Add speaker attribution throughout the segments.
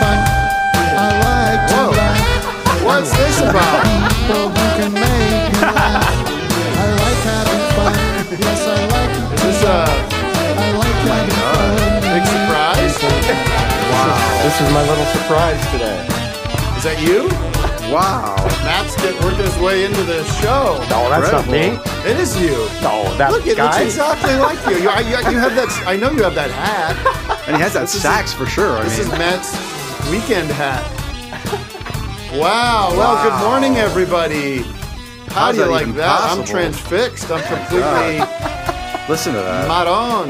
Speaker 1: fun. I like to laugh. What's this about? People who can make me laugh. I like having fun. Yes, I like it.
Speaker 2: This uh,
Speaker 1: I like having fun.
Speaker 2: big surprise. wow. This is my little surprise today. Is that you?
Speaker 3: Wow.
Speaker 2: Matt's get, working his way into the show.
Speaker 3: No, that's not me.
Speaker 2: It is you.
Speaker 3: No, that
Speaker 2: Look, it
Speaker 3: guy.
Speaker 2: looks exactly like you. You, I- you. you have that. I know you have that hat.
Speaker 3: And he has that sax for sure. I
Speaker 2: This is
Speaker 3: mean,
Speaker 2: Matt's weekend hat. Wow. Well, good morning, everybody. How
Speaker 3: How's
Speaker 2: do you
Speaker 3: that
Speaker 2: like
Speaker 3: even
Speaker 2: that? I'm
Speaker 3: possible?
Speaker 2: transfixed. I'm completely.
Speaker 3: listen to that.
Speaker 2: Maron.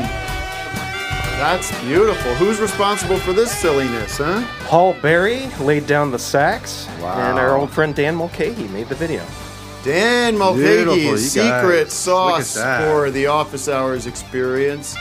Speaker 2: That's beautiful. Who's responsible for this silliness, huh?
Speaker 4: Paul Berry laid down the sax,
Speaker 3: Wow.
Speaker 4: and our old friend Dan Mulcahy made the video.
Speaker 2: Dan
Speaker 3: Beautiful, you
Speaker 2: Mulcahy's
Speaker 3: guys.
Speaker 2: secret
Speaker 3: Look at
Speaker 2: sauce
Speaker 3: that.
Speaker 2: for the office hours experience.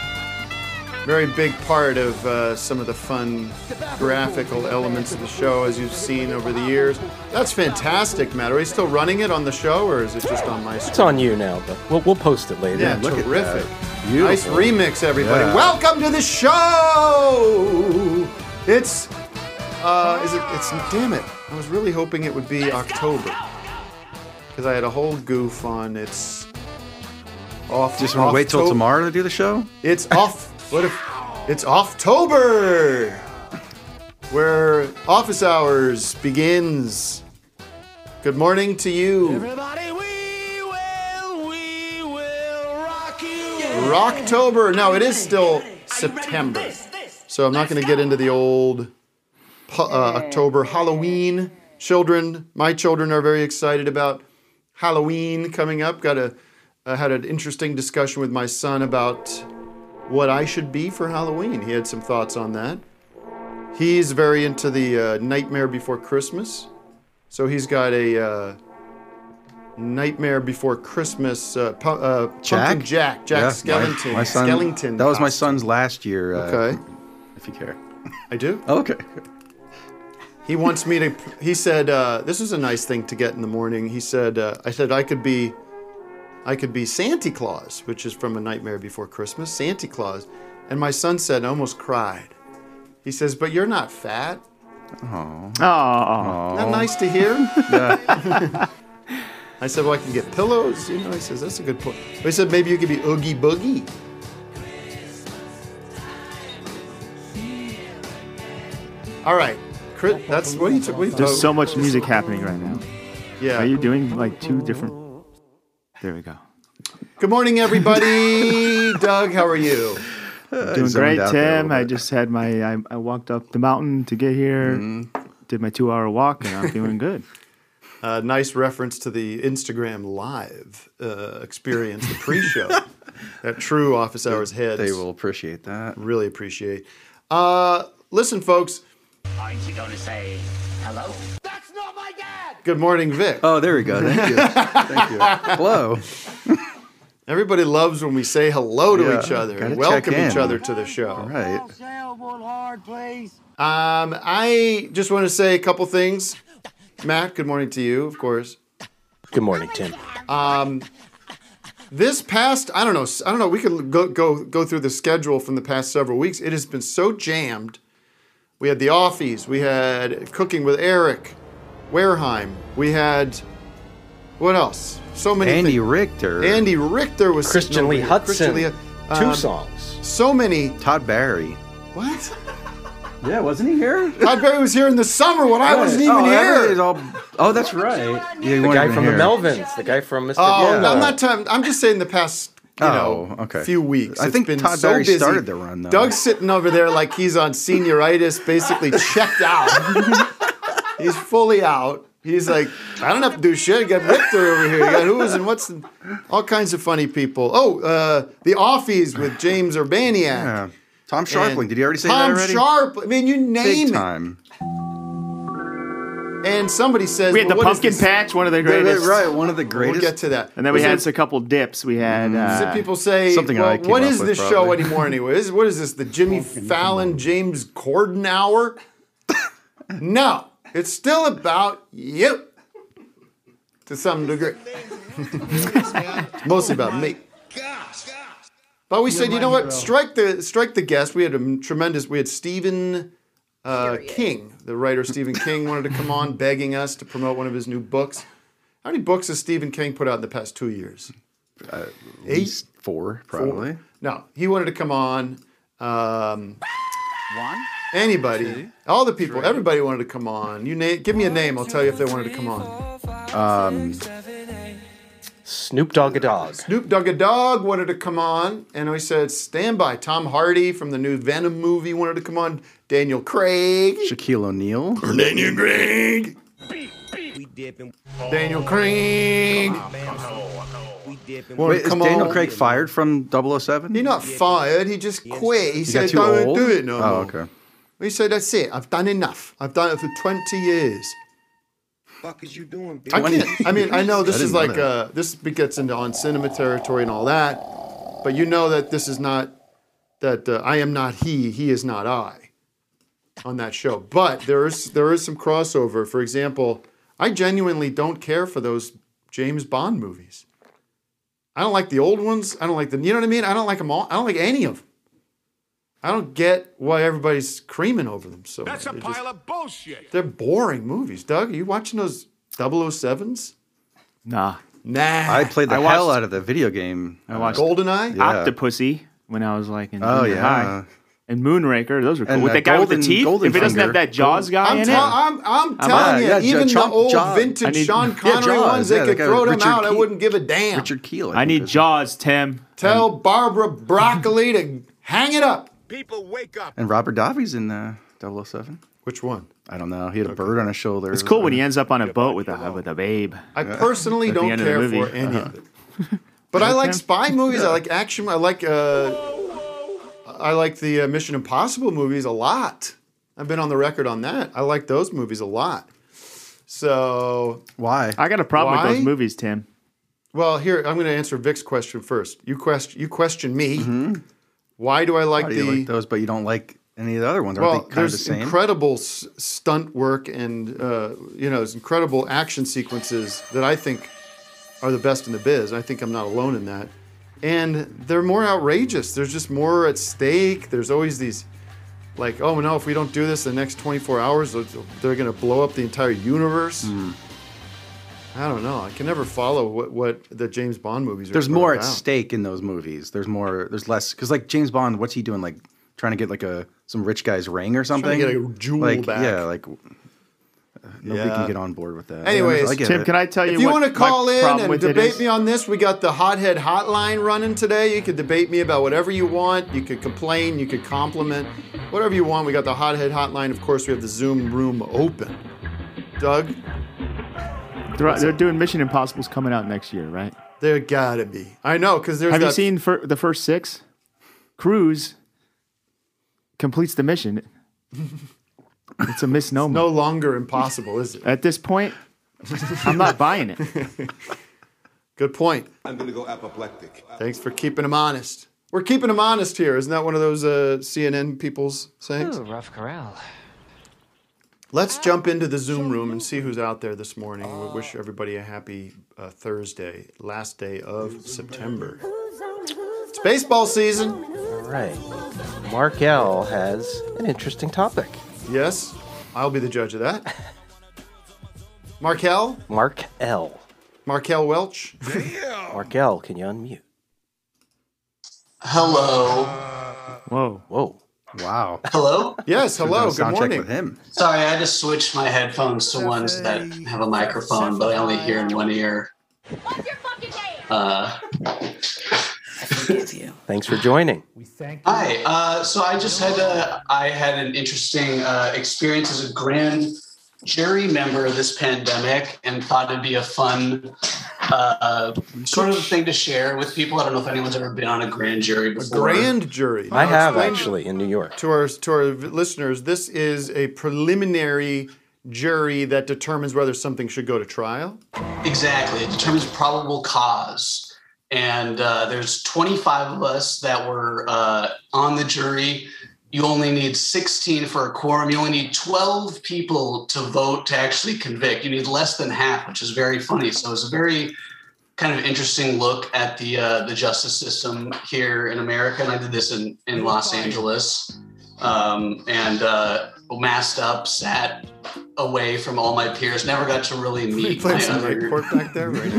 Speaker 2: Very big part of uh, some of the fun graphical elements of the show, as you've seen over the years. That's fantastic, Matt. Are you still running it on the show, or is it just on my
Speaker 4: It's
Speaker 2: screen?
Speaker 4: on you now, but we'll, we'll post it later.
Speaker 2: Yeah,
Speaker 3: look at
Speaker 2: terrific.
Speaker 3: that.
Speaker 2: Nice
Speaker 3: Beautiful.
Speaker 2: remix, everybody.
Speaker 3: Yeah.
Speaker 2: Welcome to the show. It's uh, is it? It's damn it. I was really hoping it would be October because I had a whole goof on. It's off.
Speaker 3: Just want to wait till
Speaker 2: Octo-
Speaker 3: tomorrow to do the show?
Speaker 2: It's off. what if it's October, where office hours begins. Good morning to you. Rocktober. No, it is still September. So I'm not going to get into the old pu- uh, October Halloween. Children, my children are very excited about Halloween coming up. Got a I had an interesting discussion with my son about what I should be for Halloween. He had some thoughts on that. He's very into the uh, Nightmare Before Christmas, so he's got a uh, Nightmare Before Christmas uh, pu- uh, Pumpkin Jack, Jack
Speaker 3: Yeah, my-
Speaker 2: Skellington,
Speaker 3: My, son,
Speaker 2: Skellington.
Speaker 3: That was my
Speaker 2: costume.
Speaker 3: son's last year. Uh,
Speaker 2: Okay.
Speaker 3: If you care.
Speaker 2: I do.
Speaker 3: Oh, okay.
Speaker 2: He wants me to. He said, uh, "This is a nice thing to get in the morning." He said, uh, "I said I could be, I could be Santa Claus, which is from A Nightmare Before Christmas, Santa Claus." And my son said, and almost cried. He says, "But you're not fat."
Speaker 3: Aw.
Speaker 2: Isn't that nice to hear? I said, "Well, I can get pillows." You know, he says, "That's a good point." But he said, "Maybe you could be Oogie Boogie." All right, Chris, that's what he took.
Speaker 5: There's so much music happening right now.
Speaker 2: Yeah. Uh,
Speaker 5: Are you doing like two different? There we go.
Speaker 2: Good morning, everybody. Doug, how are you?
Speaker 5: Doing
Speaker 3: zoned
Speaker 5: great,
Speaker 3: out there a
Speaker 5: Tim.
Speaker 3: little
Speaker 5: I
Speaker 3: bit.
Speaker 5: just had my. I, I walked up the mountain to get here.
Speaker 2: Mm-hmm.
Speaker 5: Did my two-hour walk, and I'm feeling good.
Speaker 2: Uh, nice reference to the Instagram Live uh, experience, the pre-show. that true office hours heads
Speaker 3: They will appreciate that.
Speaker 2: really appreciate. Uh, listen, folks.
Speaker 6: Aren't you going to say hello? That's not my dad!
Speaker 2: Good morning, Vic.
Speaker 3: Oh, there we go. Thank you. Thank you. Hello.
Speaker 2: Everybody loves when we say hello to
Speaker 3: Yeah,
Speaker 2: each other
Speaker 3: gotta
Speaker 2: and welcome
Speaker 3: check in.
Speaker 2: each other to the show.
Speaker 3: Right.
Speaker 2: Um, I just want to say a couple things. Matt, good morning to you, of course. Um,
Speaker 4: Good morning, Tim.
Speaker 2: this past i don't know i don't know we could go, go go through the schedule from the past several weeks it has been so jammed we had the offies we had cooking with eric wareheim we had what else so many
Speaker 3: Andy
Speaker 2: things.
Speaker 3: Richter.
Speaker 2: andy richter was sitting
Speaker 4: Christian
Speaker 2: over
Speaker 4: Lee
Speaker 2: here.
Speaker 4: Hudson,
Speaker 2: Christian Lee-
Speaker 4: two
Speaker 2: um,
Speaker 4: songs.
Speaker 2: so many
Speaker 3: Todd Barry.
Speaker 2: what
Speaker 3: Yeah, wasn't he here?
Speaker 2: todd berry was here in the summer when i wasn't even
Speaker 3: oh,
Speaker 2: here
Speaker 3: everybody's all- oh, that's right. Yeah, you
Speaker 4: The
Speaker 3: weren't
Speaker 4: guy
Speaker 3: even
Speaker 4: from the
Speaker 3: here.
Speaker 4: Melvins, the guy from Mr.
Speaker 2: Oh,
Speaker 4: Lola.
Speaker 2: I'm not. Time, I'm just saying the past. You
Speaker 3: Oh,
Speaker 2: know,
Speaker 3: okay.
Speaker 2: few weeks.
Speaker 3: I
Speaker 2: It's
Speaker 3: think
Speaker 2: been
Speaker 3: Todd
Speaker 2: so
Speaker 3: Barry
Speaker 2: busy.
Speaker 3: started the run, though.
Speaker 2: Doug's sitting over there like he's on senioritis, basically checked out. he's fully out. He's like, I don't have to do shit. I got Victor over here. You got who's and what's, and all kinds of funny people. Oh, uh, the offies with James Urbaniak.
Speaker 3: Yeah. Tom
Speaker 2: And
Speaker 3: Sharpling. Did he already say
Speaker 2: Tom
Speaker 3: that already?
Speaker 2: Sharp. I mean, you name
Speaker 3: Big
Speaker 2: it.
Speaker 3: time.
Speaker 2: And somebody says
Speaker 5: We had the
Speaker 2: "Well, what is
Speaker 5: pumpkin
Speaker 2: this?"
Speaker 5: patch, one of the
Speaker 3: Right,
Speaker 5: greatest.
Speaker 3: right, one of the greatest.
Speaker 2: We'll get to that.
Speaker 5: And then we
Speaker 2: Was
Speaker 5: had
Speaker 2: it-
Speaker 5: a couple dips. We had uh,
Speaker 2: so people say,
Speaker 3: something I
Speaker 2: well,
Speaker 3: came
Speaker 2: what
Speaker 3: up
Speaker 2: is
Speaker 3: with,
Speaker 2: this show
Speaker 3: probably."
Speaker 2: anymore anyway? Is, what is this, the Jimmy Fallon, James Corden hour? no, it's still about you to some degree. Mostly about me. But we said, you know what? Strike the strike the guest. We had a tremendous. We had Stephen uh, King, the writer Stephen King, wanted to come on, begging us to promote one of his new books. How many books has Stephen King put out in the past two years?
Speaker 3: Uh,
Speaker 2: eight.
Speaker 3: four, probably.
Speaker 2: No, he wanted to come on. Um, One. Anybody, all the people, everybody wanted to come on. You name, give me a name. I'll tell you if they wanted to come on.
Speaker 3: Um,
Speaker 4: Snoop Dogg a dog.
Speaker 2: Snoop Dogg a Dog wanted to come on, and we said stand by. Tom Hardy from the new Venom movie wanted to come on. Daniel Craig.
Speaker 3: Shaquille O'Neal.
Speaker 2: Daniel Craig. Daniel Craig.
Speaker 3: Wait, is
Speaker 2: come
Speaker 3: Daniel
Speaker 2: on.
Speaker 3: Craig fired from 007?
Speaker 2: He not fired. He just quit. He
Speaker 3: He
Speaker 2: said,
Speaker 3: got too
Speaker 2: "Don't
Speaker 3: old?
Speaker 2: do it no
Speaker 3: oh,
Speaker 2: more."
Speaker 3: okay.
Speaker 2: He said, "That's it. I've done enough. I've done it for twenty years."
Speaker 7: Fuck is you doing,
Speaker 2: I
Speaker 7: bitch?
Speaker 2: can't. I mean, I know this
Speaker 3: I
Speaker 2: is
Speaker 3: didn't know
Speaker 2: like uh, this gets into on cinema territory and all that, but you know that this is not that uh, I am not he, he is not I on that show. But there is there is some crossover. For example, I genuinely don't care for those James Bond movies. I don't like the old ones. I don't like the you know what I mean. I don't like them all. I don't like any of them. I don't get why everybody's creaming over them. So
Speaker 7: That's a
Speaker 2: they're just-
Speaker 7: pile of bullshit.
Speaker 2: they're boring movies. Doug, are you watching those 007s?
Speaker 5: nah,
Speaker 2: Nah.
Speaker 3: I played the
Speaker 5: I
Speaker 3: hell
Speaker 5: watched-
Speaker 3: out of the video game. I watched.
Speaker 2: Goldeneye.
Speaker 3: Yeah.
Speaker 5: Octopussy when I was like in
Speaker 3: Oh,
Speaker 5: junior
Speaker 3: yeah.
Speaker 5: high, and Moonraker. Those were cool.
Speaker 3: And,
Speaker 5: with
Speaker 3: uh,
Speaker 5: that guy with
Speaker 3: Golden-
Speaker 5: the teeth.
Speaker 3: Golden
Speaker 5: if it doesn't
Speaker 3: Finger.
Speaker 5: have that Jaws guy
Speaker 2: I'm,
Speaker 5: in
Speaker 2: tell-
Speaker 5: it,
Speaker 2: I'm, I'm
Speaker 5: I'm-
Speaker 2: telling you,
Speaker 3: Yeah, yeah,
Speaker 2: even
Speaker 3: John-
Speaker 2: the old
Speaker 3: John.
Speaker 2: vintage
Speaker 5: I need-
Speaker 2: Sean
Speaker 5: yeah,
Speaker 2: Connery
Speaker 3: Jaws,
Speaker 2: ones, they
Speaker 3: yeah, the
Speaker 2: could
Speaker 3: guy
Speaker 2: throw
Speaker 3: with
Speaker 2: them
Speaker 3: Richard
Speaker 2: out. I
Speaker 3: Keith.
Speaker 2: wouldn't give a damn.
Speaker 3: Richard Keel.
Speaker 5: I
Speaker 3: think
Speaker 5: need
Speaker 3: is-
Speaker 5: Jaws, Tim.
Speaker 2: Tell Barbara Broccoli to hang it up.
Speaker 7: People wake up.
Speaker 3: And Robert Davi's in uh, 007.
Speaker 2: Which one?
Speaker 3: I don't know. He had a bird on his shoulder. Uh,
Speaker 5: It's cool when he ends up on a boat with a with a babe.
Speaker 2: I personally
Speaker 5: At the
Speaker 2: don't
Speaker 5: end of the
Speaker 2: care for
Speaker 5: movie. Uh-huh.
Speaker 2: any of it. But I like spy movies. I like action. I like uh, I like the uh, Mission Impossible movies a lot. I've been on the record on that. I like those movies a lot. So
Speaker 3: Why?
Speaker 5: I got a problem with
Speaker 2: Why?
Speaker 5: those movies, Tim.
Speaker 2: Well, here I'm going to answer Vic's question first. You question you question me. Why do I like
Speaker 3: Why Mm-hmm. do
Speaker 2: the
Speaker 3: you like those, but you don't like any of the other ones? Aren't
Speaker 2: well?
Speaker 3: they kind of the
Speaker 2: There's
Speaker 3: same?
Speaker 2: incredible s- stunt work and uh, you know there's incredible action sequences that I think are the best in the biz. I think I'm not alone in that. And they're more outrageous. There's just more at stake. There's always these like oh no if we don't do this in the next 24 hours they're, they're going to blow up the entire universe.
Speaker 3: Hmm.
Speaker 2: I don't know. I can never follow what, what the James Bond movies are.
Speaker 3: there's
Speaker 2: are
Speaker 3: more at
Speaker 2: about.
Speaker 3: stake in those movies. There's more. There's less because like James Bond, what's he doing? Like trying to get like a some rich guy's ring or something.
Speaker 2: get a jewel
Speaker 3: like,
Speaker 2: back.
Speaker 3: Yeah, like uh, nobody
Speaker 2: Yeah.
Speaker 3: can get on board with that.
Speaker 2: Anyways,
Speaker 3: I get
Speaker 5: Tim,
Speaker 3: it.
Speaker 5: can I tell you?
Speaker 2: If you
Speaker 5: what
Speaker 2: want to
Speaker 5: my
Speaker 2: call in
Speaker 5: problem
Speaker 2: and
Speaker 5: with it
Speaker 2: debate
Speaker 5: is?
Speaker 2: me on this, we got the Hothead Hotline running today. You could debate me about whatever you want. You could complain. You could compliment. Whatever you want. We got the Hothead Hotline. Of course, we have the Zoom room open. Doug,
Speaker 5: They're, they're doing Mission Impossible's coming out next year, right?
Speaker 2: there gotta be. I know because there's.
Speaker 5: Have you
Speaker 2: that-
Speaker 5: seen fir- the first six? Cruise completes the mission. It's a misnomer.
Speaker 2: No longer impossible, is it?
Speaker 5: At this point, I'm not buying it.
Speaker 2: Good point.
Speaker 7: I'm gonna go apoplectic.
Speaker 2: Thanks for keeping them honest. We're keeping them honest here. Isn't that one of those uh, CNN people's sayings?
Speaker 8: rough corral.
Speaker 2: Let's jump into the Uh, Zoom room and see who's out there this morning. We wish everybody a happy uh, Thursday, last day of September. It's baseball season.
Speaker 4: All right. Mark L has an interesting topic.
Speaker 2: Yes, I'll be the judge of that. Markel?
Speaker 4: Mark L.
Speaker 2: Markel Welch?
Speaker 4: Mark L, can you unmute?
Speaker 9: Hello.
Speaker 5: Whoa.
Speaker 4: Whoa.
Speaker 3: Wow.
Speaker 9: Hello?
Speaker 2: Yes, hello,
Speaker 3: Sound check
Speaker 2: good morning.
Speaker 3: with him.
Speaker 9: Sorry, I just switched my headphones to ones that have a microphone, but I only hear in one ear. Uh,
Speaker 4: Thanks for joining.
Speaker 9: hi. Uh, so I just had a, I had an interesting uh, experience as a grand jury member of this pandemic, and thought it'd be a fun uh, sort of thing to share with people. I don't know if anyone's ever been on a grand jury
Speaker 2: A
Speaker 9: before.
Speaker 2: grand jury.
Speaker 4: I
Speaker 2: Now
Speaker 4: have
Speaker 2: explain
Speaker 4: actually in New York.
Speaker 2: To our, to our listeners, this is a preliminary jury that determines whether something should go to trial.
Speaker 9: Exactly. It determines probable cause. And uh, there's 25 of us that were uh, on the jury. You only need 16 for a quorum. You only need 12 people to vote to actually convict. You need less than half, which is very funny. So it's a very kind of interesting look at the uh, the justice system here in America. And I did this in, in Los Angeles um, and uh, masked up, sat away from all my peers. Never got to really
Speaker 2: Can you
Speaker 9: meet
Speaker 2: play
Speaker 9: my
Speaker 2: some
Speaker 9: other.
Speaker 2: report back there? Right.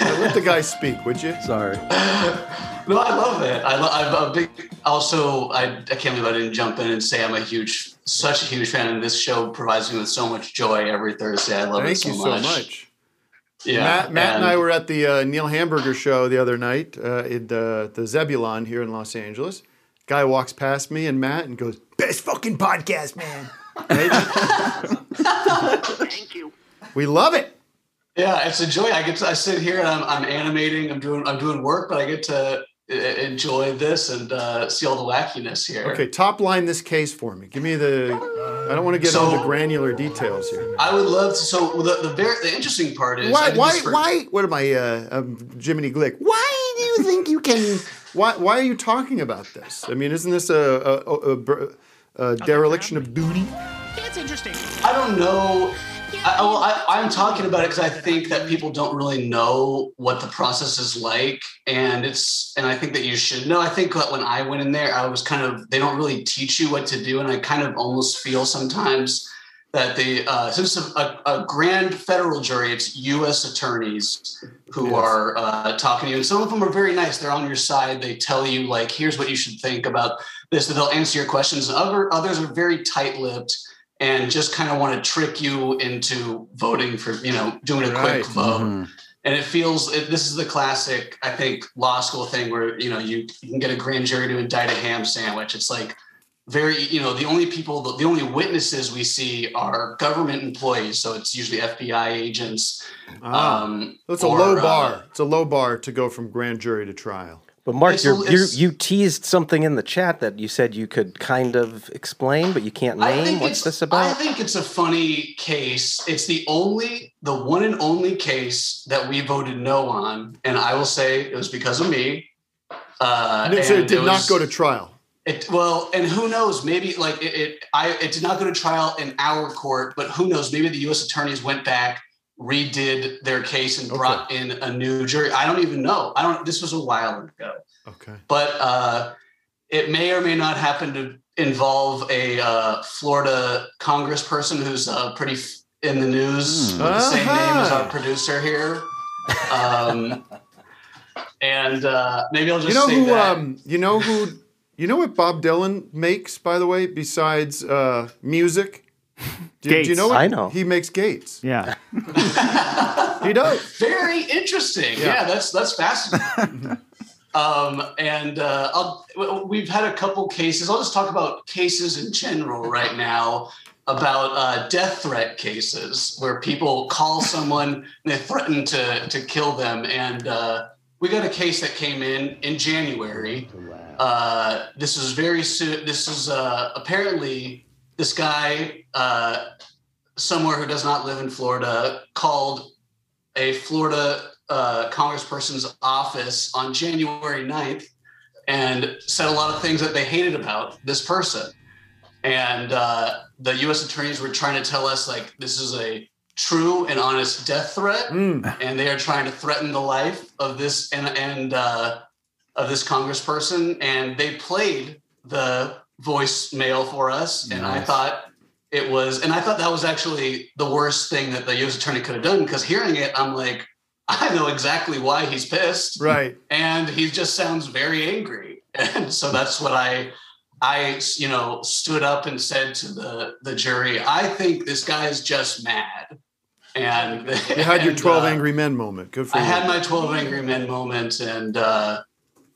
Speaker 2: Now, let the guy speak, would you?
Speaker 3: Sorry.
Speaker 9: No, I love that. I lo- I'm a big. Also, I, I can't believe I didn't jump in and say I'm a huge, such a huge fan, and this show provides me with so much joy every Thursday. I love it
Speaker 2: Thank
Speaker 9: so
Speaker 2: you so
Speaker 9: much.
Speaker 2: much.
Speaker 9: Yeah,
Speaker 2: Matt, Matt and I
Speaker 9: and-
Speaker 2: were at the uh, Neil Hamburger show the other night uh, at the, the Zebulon here in Los Angeles. Guy walks past me and Matt and goes, "Best fucking podcast, man."
Speaker 6: Thank you.
Speaker 2: We love it.
Speaker 9: Yeah, it's a joy. I get to, I sit here and I'm, I'm animating. I'm doing I'm doing work, but I get to uh, enjoy this and uh, see all the wackiness here.
Speaker 2: Okay, top line this case for me. Give me the. I don't want to get
Speaker 9: So-
Speaker 2: all the granular details here.
Speaker 9: I would love to. So the the, very, the interesting part is I
Speaker 2: Why?
Speaker 9: did
Speaker 2: Why?
Speaker 9: this for-
Speaker 2: Why? What am I? Uh, um, Jiminy Glick. Why do you think you can? Why? Why are you talking about this? I mean, isn't this a, a, a, a br- a dereliction of duty?
Speaker 6: That's interesting.
Speaker 9: I don't know. I, I, well, I, I'm talking about it because I think that people don't really know what the process is like, and it's and I think that you should know. I think that when I went in there, I was kind of they don't really teach you what to do, and I kind of almost feel sometimes that they uh, since a, a, a grand federal jury, it's U.S. attorneys who are uh, talking to you, and some of them are very nice. They're on your side. They tell you like, here's what you should think about this. They'll answer your questions. Other others are very tight-lipped and just kind of want to trick you into voting for you know doing a
Speaker 2: Right.
Speaker 9: quick vote
Speaker 3: Mm-hmm.
Speaker 9: and it feels it, this is the classic i think law school thing where you know you, you can get a grand jury to indict a ham sandwich it's like very you know the only people the, the only witnesses we see are government employees so it's usually fbi agents
Speaker 2: Ah.
Speaker 9: um
Speaker 2: So it's a
Speaker 9: or,
Speaker 2: low
Speaker 9: uh,
Speaker 2: bar. it's a low bar to go from grand jury to trial.
Speaker 4: But Mark,
Speaker 9: It's
Speaker 4: you're,
Speaker 9: a-
Speaker 4: you
Speaker 9: it's-
Speaker 4: you teased something in the chat that you said you could kind of explain, but you can't
Speaker 9: I
Speaker 4: name.
Speaker 9: think
Speaker 4: What's
Speaker 9: it's,
Speaker 4: this
Speaker 9: I
Speaker 4: about?
Speaker 9: think it's a funny case. It's the only, the one and only case that we voted no on, and I will say it was because of me. Uh,
Speaker 2: No, so
Speaker 9: and
Speaker 2: it did
Speaker 9: was-
Speaker 2: not go to trial.
Speaker 9: It, well, and who knows? Maybe like it, it, I it did not go to trial in our court, but who knows? Maybe the U.S. attorneys went back, redid their case, and brought in a new jury. I don't even know. I don't. This was a while ago,
Speaker 2: Okay.
Speaker 9: but uh, it may or may not happen to involve a uh, Florida congressperson who's uh, pretty f- in the news with the same name as
Speaker 2: Hmm. Uh-huh.
Speaker 9: our producer here. Um, and uh, maybe I'll just
Speaker 2: You know
Speaker 9: say
Speaker 2: who?
Speaker 9: that.
Speaker 2: Um, you know who? You know what Bob Dylan makes, by the way, besides uh, music. Do, do you
Speaker 5: Gates.
Speaker 2: know what
Speaker 4: I know.
Speaker 2: he makes? Gates.
Speaker 5: Yeah.
Speaker 2: He does.
Speaker 9: Very interesting. Yeah, that's that's fascinating. um, and uh, I'll, w- we've had a couple cases. I'll just talk about cases in general right now about uh, death threat cases where people call someone and they threaten to to kill them. And uh, we got a case that came in in January. Uh, this is very soon. This is uh, apparently this guy. Uh, somewhere who does not live in Florida called a Florida uh, congressperson's office on January 9th and said a lot of things that they hated about this person. And uh, the U.S. attorneys were trying to tell us, like, this is a true and honest death threat, and they are trying to threaten the life of this and and uh, of this congressperson. And they played the voicemail for us, and I thought it was, and I thought that was actually the worst thing that the U.S. attorney could have done because hearing it, I'm like, I know exactly why he's pissed
Speaker 2: Right.
Speaker 9: and he just sounds very angry and so that's what i i you know stood up and said to the the jury i think this guy is just mad and
Speaker 2: You had your
Speaker 9: and,
Speaker 2: 12
Speaker 9: uh,
Speaker 2: angry men moment. Good for
Speaker 9: i
Speaker 2: you.
Speaker 9: had my 12 angry men moment and uh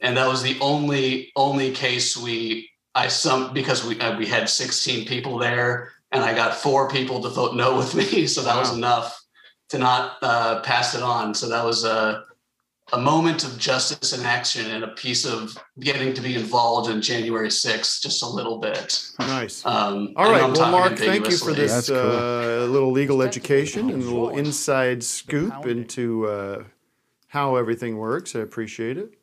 Speaker 9: and that was the only only case we i some because we uh, we had 16 people there and i got four people to vote no with me so that was enough to not uh pass it on so that was uh a moment of justice in action and a piece of getting to be involved in January 6th just a little bit.
Speaker 2: Nice.
Speaker 9: Um,
Speaker 2: All
Speaker 9: and I'm
Speaker 2: right. Well,
Speaker 9: talking
Speaker 2: Mark, thank you
Speaker 9: ambiguously.
Speaker 2: for this uh, little legal education and a little inside scoop into uh, how everything works. I appreciate it.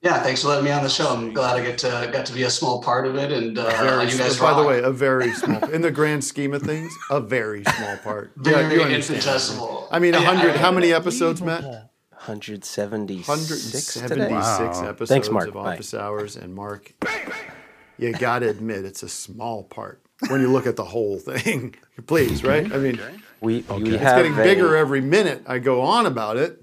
Speaker 9: Yeah, thanks for letting me on the show. I'm glad I get to got to be a small part of it, and uh,
Speaker 2: Very
Speaker 9: you
Speaker 2: small-
Speaker 9: guys.
Speaker 2: by the
Speaker 9: rock.
Speaker 2: way, a very small, in the grand scheme of things, a very small part.
Speaker 9: Very
Speaker 2: you understand.
Speaker 9: infinitesimal.
Speaker 2: I mean,
Speaker 9: Yeah,
Speaker 2: 100,
Speaker 9: I-
Speaker 2: how many episodes, Matt?
Speaker 4: 176.
Speaker 2: 176
Speaker 4: today?
Speaker 2: episodes
Speaker 4: Thanks, Mark.
Speaker 2: of
Speaker 4: Bye.
Speaker 2: Office Hours, and Mark, you gotta admit it's a small part when you look at the whole thing. Please, right? I mean,
Speaker 4: We,
Speaker 2: okay.
Speaker 4: we
Speaker 2: it's
Speaker 4: have
Speaker 2: getting
Speaker 4: a-
Speaker 2: bigger every minute. I go on about it.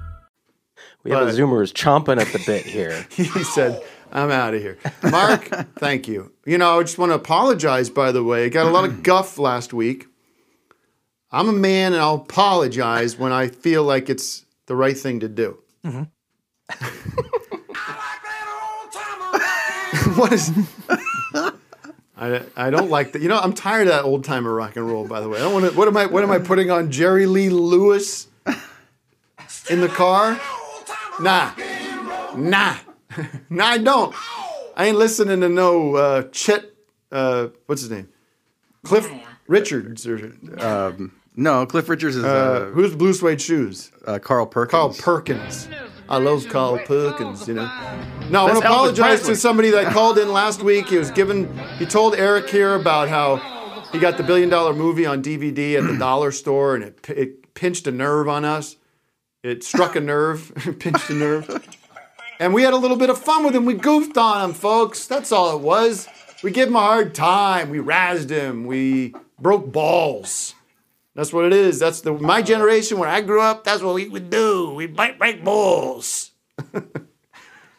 Speaker 4: we have a
Speaker 2: but-
Speaker 4: Zoomer who's chomping at the bit here.
Speaker 2: he said, I'm out of here. Mark, thank you. You know, I just want to apologize, by the way. I got a lot of guff last week. I'm a man and I'll apologize when I feel like it's the right thing to do. what is. I, I don't like that. You know, I'm tired of that old timer rock and roll. By the way, I don't want to. What am I? What am I putting on Jerry Lee Lewis in the car? Nah, nah, nah. I don't. I ain't listening to no uh, Chet. Uh, what's his name? Cliff Richards or
Speaker 3: Um, no, Cliff Richards is
Speaker 2: uh,
Speaker 3: uh,
Speaker 2: who's Blue Suede Shoes?
Speaker 3: Uh, Carl Perkins.
Speaker 2: Carl Perkins. I love Carl Perkins. You know. No,
Speaker 3: That's
Speaker 2: I want to
Speaker 3: Elvis
Speaker 2: apologize
Speaker 3: Presley.
Speaker 2: to somebody that called in last week. He was given. He told Eric here about how he got the billion dollar movie on DVD at the dollar store, and it it pinched a nerve on us. It struck a nerve, pinched a nerve. And we had a little bit of fun with him. We goofed on him, folks. That's all it was. We gave him a hard time. We razzed him. We broke balls. That's what it is. That's the my generation when I grew up. That's what we would do. We bite break balls,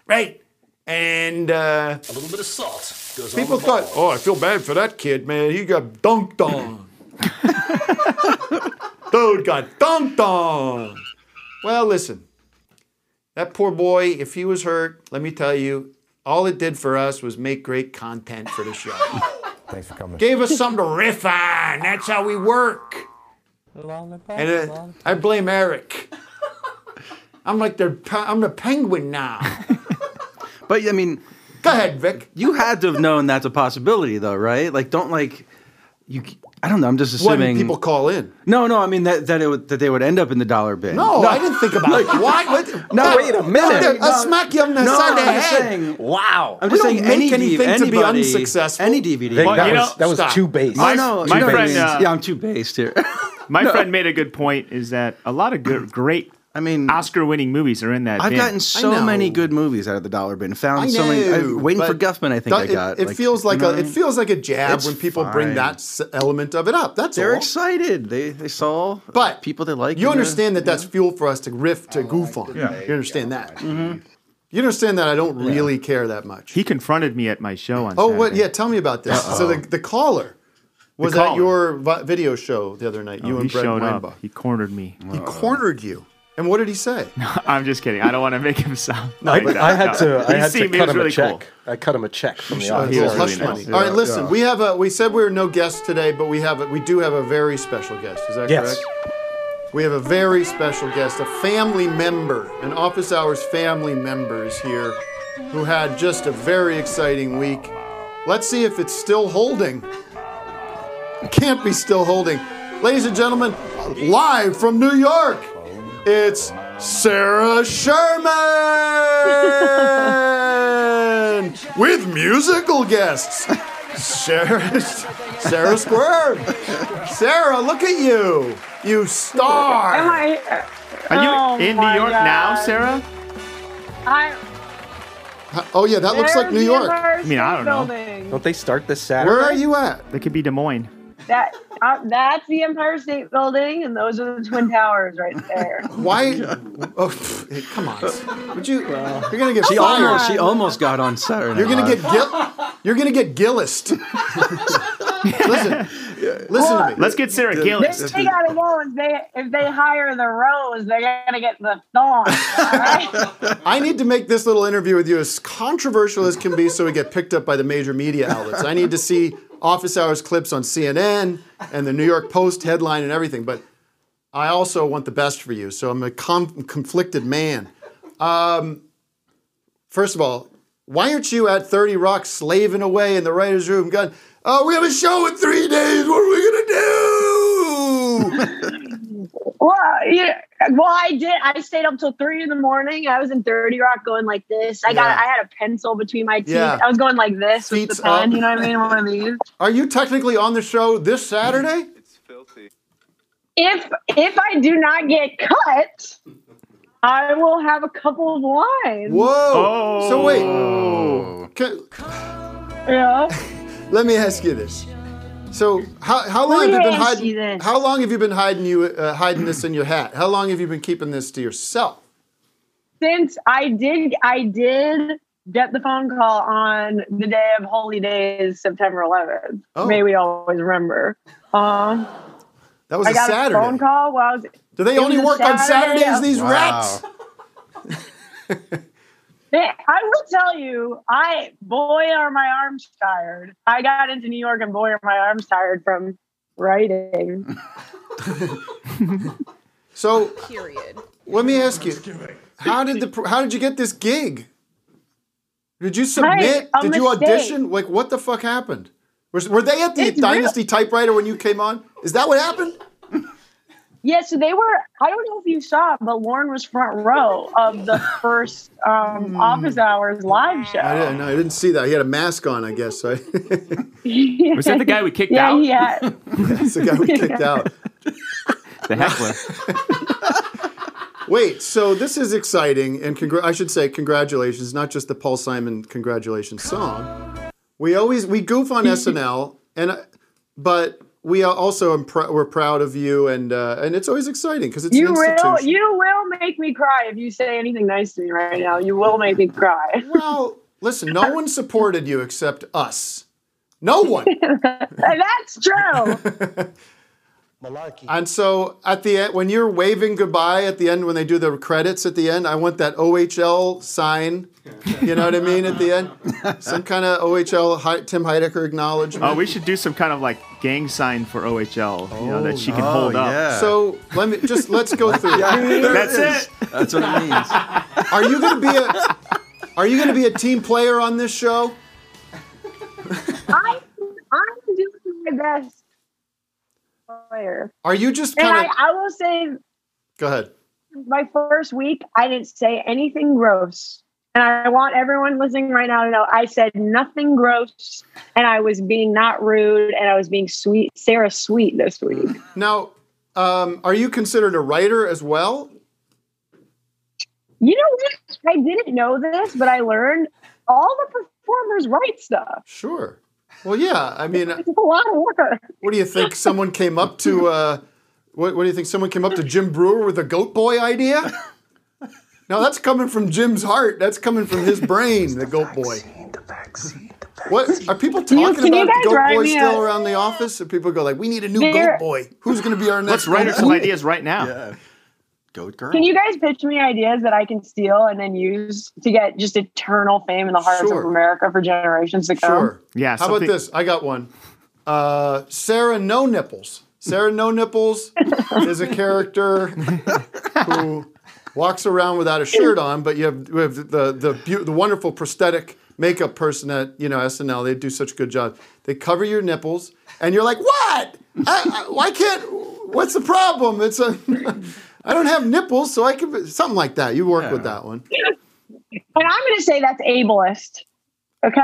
Speaker 2: right? And uh,
Speaker 10: A little bit of salt goes
Speaker 2: people
Speaker 10: on the ball.
Speaker 2: thought, oh, I feel bad for that kid, man. He got dunked on. Dude got dunked on. Well, listen, that poor boy. If he was hurt, let me tell you, all it did for us was make great content for the show.
Speaker 11: Thanks for coming.
Speaker 2: Gave us something to riff on. That's how we work. And uh, I blame Eric. I'm like the pe- I'm the penguin now.
Speaker 3: But I mean,
Speaker 2: go ahead, Vic.
Speaker 3: You had to have known that's a possibility, though, right? Like, don't like you. I don't know. I'm just
Speaker 2: When
Speaker 3: assuming
Speaker 2: people call in.
Speaker 3: No, no. I mean that that it would, that they would end up in the dollar bin.
Speaker 2: No, I didn't think about it. Why? What?
Speaker 3: No,
Speaker 2: What?
Speaker 3: wait a minute.
Speaker 2: I'll smack you on the
Speaker 3: No,
Speaker 2: side of the
Speaker 3: I'm just
Speaker 2: head.
Speaker 3: saying-
Speaker 4: wow.
Speaker 3: I'm just
Speaker 2: we
Speaker 3: saying
Speaker 2: don't
Speaker 3: any
Speaker 2: make anything
Speaker 3: DVD,
Speaker 2: to be
Speaker 3: anybody-
Speaker 2: unsuccessful.
Speaker 3: Any DVD.
Speaker 5: Vic, Well, that you was- know- that was stop. too based.
Speaker 3: I
Speaker 5: My-
Speaker 3: know.
Speaker 5: my
Speaker 3: too
Speaker 5: friend,
Speaker 3: based.
Speaker 5: uh,
Speaker 3: yeah, I'm too based here.
Speaker 5: My
Speaker 3: No.
Speaker 5: friend made a good point. Is that a lot of good, great, I
Speaker 3: mean,
Speaker 5: Oscar-winning movies are in that.
Speaker 3: I've
Speaker 5: bin.
Speaker 3: gotten so many good movies out of the dollar bin. Found
Speaker 2: I
Speaker 3: so many.
Speaker 2: know,
Speaker 3: I, waiting for
Speaker 2: but
Speaker 3: Guffman, I think I
Speaker 2: it-
Speaker 3: got.
Speaker 2: It, feels like
Speaker 3: you
Speaker 2: a
Speaker 3: know?
Speaker 2: it feels like a jab
Speaker 3: It's
Speaker 2: when people bring
Speaker 3: fine.
Speaker 2: that s- element of it up. That's
Speaker 3: They're
Speaker 2: all.
Speaker 3: excited. They they saw
Speaker 2: but
Speaker 3: people they like.
Speaker 2: You
Speaker 3: in the-
Speaker 2: understand that that's fuel for us to riff to goof on.
Speaker 5: Yeah.
Speaker 2: You understand that.
Speaker 3: Mm-hmm.
Speaker 2: You understand that I don't really care that much.
Speaker 5: He confronted me at my show on.
Speaker 2: Oh,
Speaker 5: Saturday.
Speaker 2: what? Yeah, tell me about this. So the, the caller was at
Speaker 5: caller.
Speaker 2: your vi- video show the other night.
Speaker 5: Oh,
Speaker 2: you
Speaker 5: he
Speaker 2: and Brett
Speaker 5: showed
Speaker 2: Weinbach.
Speaker 5: up. He cornered me.
Speaker 2: He cornered you. And what did he say?
Speaker 5: I'm just kidding. I don't want to make him sound.
Speaker 2: No,
Speaker 5: like
Speaker 2: but
Speaker 5: that.
Speaker 4: I had
Speaker 5: No.
Speaker 4: to. I
Speaker 5: He
Speaker 4: had to
Speaker 5: seemed- he
Speaker 4: cut
Speaker 5: was
Speaker 4: him a
Speaker 5: really cool.
Speaker 4: check. I cut him a check from the
Speaker 5: Oh,
Speaker 4: office.
Speaker 5: he was
Speaker 4: Hours
Speaker 5: really
Speaker 4: team.
Speaker 5: nice.
Speaker 2: All right, listen. We have a. We said we were no guest today, but we have. A, we do have a very special guest. Is that
Speaker 4: Yes.
Speaker 2: correct? We have a very special guest, a family member, an office hours family member is here, who had just a very exciting week. Let's see if it's still holding. It can't be still holding, ladies and gentlemen. Live from New York, it's Sarah Sherman with musical guests. Sarah, Sarah Squirt. Sarah, look at you. You star.
Speaker 12: Am I?
Speaker 5: Are you
Speaker 12: Oh
Speaker 5: in New
Speaker 12: my
Speaker 5: York now,
Speaker 12: God.
Speaker 5: Sarah?
Speaker 12: I,
Speaker 2: Oh yeah, that looks like
Speaker 12: There's
Speaker 2: New
Speaker 12: the
Speaker 2: York.
Speaker 12: emergency
Speaker 5: I mean, I don't know.
Speaker 12: building.
Speaker 4: Don't they start this Saturday?
Speaker 2: Where are you at?
Speaker 5: That could be Des Moines.
Speaker 10: That uh, that's the Empire State Building, and those are the Twin Towers right there.
Speaker 2: Why? Oh, pff, hey, come on. Would you? You're gonna get
Speaker 3: she
Speaker 2: fired.
Speaker 3: almost she almost got on Saturday.
Speaker 2: You're gonna
Speaker 3: Night
Speaker 2: get
Speaker 3: Live.
Speaker 2: gil- You're gonna get Gillist. listen, listen to me.
Speaker 5: Let's get Sarah Gillis.
Speaker 10: This they gotta know is they if they hire the rose, they're gonna get the thorn.
Speaker 2: I need to make this little interview with you as controversial as can be, so we get picked up by the major media outlets. I need to see office hours clips on CNN and the New York Post headline and everything. But I also want the best for you, so I'm a com- conflicted man. Um, first of all, why aren't you at 30 Rock slaving away in the writer's room? Gun. Oh, we have a show in three days. What are we gonna do?
Speaker 10: Well, yeah. Well, I did. I stayed up till three in the morning. I was in Thirty Rock going like this. I got.
Speaker 2: Yeah.
Speaker 10: I had a pencil between my teeth.
Speaker 2: Yeah.
Speaker 10: I was going like this
Speaker 2: Feet's
Speaker 10: with the pen.
Speaker 2: up.
Speaker 10: You know what I mean? One of these.
Speaker 2: Are you technically on the show this Saturday?
Speaker 10: If if I do not get cut, I will have a couple of wines.
Speaker 2: Whoa! So wait, Ca-
Speaker 10: Yeah.
Speaker 2: let me ask you this. So how, how long
Speaker 10: Let
Speaker 2: have
Speaker 10: me
Speaker 2: you been
Speaker 10: ask
Speaker 2: hiding?
Speaker 10: you this.
Speaker 2: How long have you been hiding you uh, hiding this in your hat? How long have you been keeping this to yourself?
Speaker 10: Since I did, I did get the phone call on the day of Holy Days, September 11th.
Speaker 2: Oh.
Speaker 10: May we always remember. Um,
Speaker 2: That was
Speaker 10: I
Speaker 2: a
Speaker 10: got
Speaker 2: Saturday.
Speaker 10: a phone call while I was.
Speaker 2: Do they
Speaker 10: it
Speaker 2: only
Speaker 10: was a
Speaker 2: work on
Speaker 10: Saturday
Speaker 2: Saturdays?
Speaker 10: of-
Speaker 2: These rats.
Speaker 10: They, I will tell you, I boy are my arms tired. I got into New York and boy are my arms tired from writing.
Speaker 2: So
Speaker 10: Period.
Speaker 2: let me ask you, how did the pr- how did you get this gig? Did you submit?
Speaker 10: a
Speaker 2: did you
Speaker 10: mistake.
Speaker 2: audition? Like what the fuck happened? Were, were they at the
Speaker 10: It's real-
Speaker 2: Dynasty typewriter when you came on? Is that what happened?
Speaker 10: Yeah, so they were. I don't know if you saw, but Lauren was front row of the first um, Office Hours live show.
Speaker 2: Hmm. I didn't, no, I didn't see that. He had a mask on, I guess. So
Speaker 10: Was that the guy
Speaker 5: we kicked
Speaker 10: yeah,
Speaker 5: out?
Speaker 10: yeah.
Speaker 2: That's the guy we kicked out.
Speaker 5: The heckler.
Speaker 2: Wait, so this is exciting, and congr- I should say congratulations, not just the Paul Simon congratulations song. We always we goof on SNL, and uh, but we are also am pr- we're proud of you, and uh, and it's always exciting because it's
Speaker 10: You
Speaker 2: an
Speaker 10: will.
Speaker 2: institution.
Speaker 10: You will make me cry if you say anything nice to me right now. You will make me cry.
Speaker 2: Well, Listen, no one supported you except us. No one.
Speaker 10: that's true.
Speaker 2: And so at the end, when you're waving goodbye at the end, when they do the credits at the end, I want that OHL sign. You know what I mean? At the end, some kind of OHL Hi- Tim Heidecker acknowledgement.
Speaker 5: Oh, we should do some kind of like gang sign for OHL, you know, that she can
Speaker 2: Oh,
Speaker 5: hold up.
Speaker 2: yeah. So let me just let's go through.
Speaker 5: that's it.
Speaker 3: That's what it means.
Speaker 2: Are you gonna be a Are you gonna be a team player on this show?
Speaker 10: I I'm doing my best. Player.
Speaker 2: Are you just
Speaker 10: And
Speaker 2: kind
Speaker 10: I,
Speaker 2: of
Speaker 10: I will say,
Speaker 2: go ahead?
Speaker 10: my first week, I didn't say anything gross. And I want everyone listening right now to know I said nothing gross and I was being not rude and I was being sweet, Sarah sweet this week.
Speaker 2: Now, um, are you considered a writer as well?
Speaker 10: You know what? I didn't know this, but I learned all the performers write stuff.
Speaker 2: Sure. Well, yeah. I mean,
Speaker 10: It's a lot of work.
Speaker 2: What do you think? Someone came up to uh, what, what do you think? Someone came up to Jim Brewer with a goat boy idea? Now that's coming from Jim's heart. That's coming from his brain. The goat boy. What are people
Speaker 10: Can you- can
Speaker 2: talking
Speaker 10: you
Speaker 2: about
Speaker 10: guys
Speaker 2: the goat
Speaker 10: write
Speaker 2: boy
Speaker 10: me
Speaker 2: still
Speaker 10: a-
Speaker 2: around the office? And people go like, "We need a new
Speaker 10: There-
Speaker 2: goat boy. Who's going to be our next?"
Speaker 5: Let's write her
Speaker 2: goat
Speaker 5: some
Speaker 2: boy?"
Speaker 5: ideas right now.
Speaker 3: Goat girl.
Speaker 10: Can you guys pitch me ideas that I can steal and then use to get just eternal fame in the hearts
Speaker 2: Sure.
Speaker 10: of America for generations to come?
Speaker 2: Sure.
Speaker 5: Yeah,
Speaker 2: Um, How
Speaker 5: something-
Speaker 2: about this? I got one. Uh, Sarah No Nipples. Sarah No Nipples is a character who walks around without a shirt on, but you have, you have the the, beau- the wonderful prosthetic makeup person at you know SNL. They do such a good job. They cover your nipples, and you're like, what? I, I, why can't? What's the problem? It's a I don't have nipples, so I can be-" something like that. You work with that one.
Speaker 10: And I'm going to say that's ableist. Okay.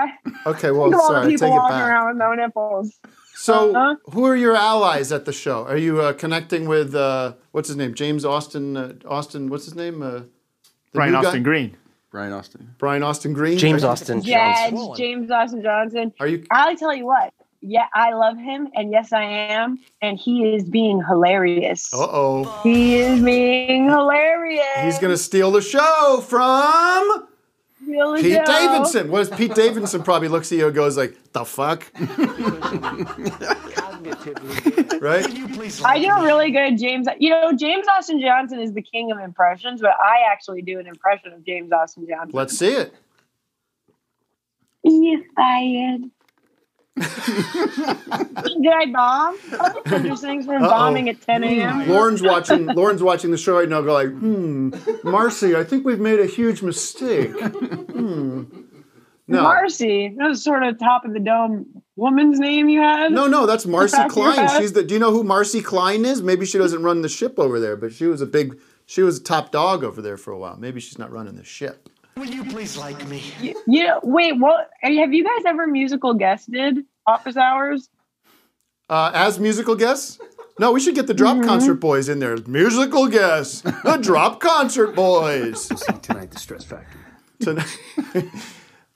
Speaker 2: Okay, well,
Speaker 10: Look at all
Speaker 2: sorry,
Speaker 10: the
Speaker 2: I
Speaker 10: people
Speaker 2: take it
Speaker 10: walking
Speaker 2: back.
Speaker 10: around with no nipples.
Speaker 2: So,
Speaker 10: Uh-huh.
Speaker 2: who are your allies at the show? Are you uh, connecting with uh, what's his name, James Austin? Uh, Austin, what's his name? Uh, the
Speaker 5: Brian
Speaker 2: new guy?
Speaker 5: Austin Green.
Speaker 3: Brian Austin.
Speaker 2: Brian Austin Green.
Speaker 4: James Austin
Speaker 10: Yeah, it's James Austin Johnson.
Speaker 2: Are you-
Speaker 10: I'll tell you what. yeah, I love him, and yes, I am, and he is being hilarious.
Speaker 2: Uh oh.
Speaker 10: He is being hilarious.
Speaker 2: He's going to steal the show from
Speaker 10: Really
Speaker 2: Pete
Speaker 10: Joe.
Speaker 2: Davidson. What is Pete Davidson probably looks at you and goes like, the fuck? right?
Speaker 10: I do a really good James. You know, James Austin Johnson is the king of impressions, but I actually do an impression of James Austin Johnson.
Speaker 2: Let's see it.
Speaker 10: You fired. Did I bomb? Oh, there's things for
Speaker 2: Uh-oh.
Speaker 10: bombing at 10 a.m.
Speaker 2: Lauren's watching. Lauren's watching the show right now. Go like, hmm, Marcy. I think we've made a huge mistake. Hmm. No,
Speaker 10: Marcy, that was sort of top of the dome woman's name you had.
Speaker 2: no, no. That's Marcy
Speaker 10: Back of your
Speaker 2: Klein.
Speaker 10: head.
Speaker 2: She's the. Do you know who Marcy Klein is? Maybe she doesn't run the ship over there, but she was a big. She was a top dog over there for a while. Maybe she's not running the ship.
Speaker 6: Will you please like me?
Speaker 10: You know, wait, what? Have you guys ever musical guested Office Hours?
Speaker 2: Uh, as musical guests. No, we should get the Drop
Speaker 10: Mm-hmm.
Speaker 2: Concert Boys in there. Musical guests, the Drop Concert Boys.
Speaker 11: Tonight, the stress factor.
Speaker 2: tonight.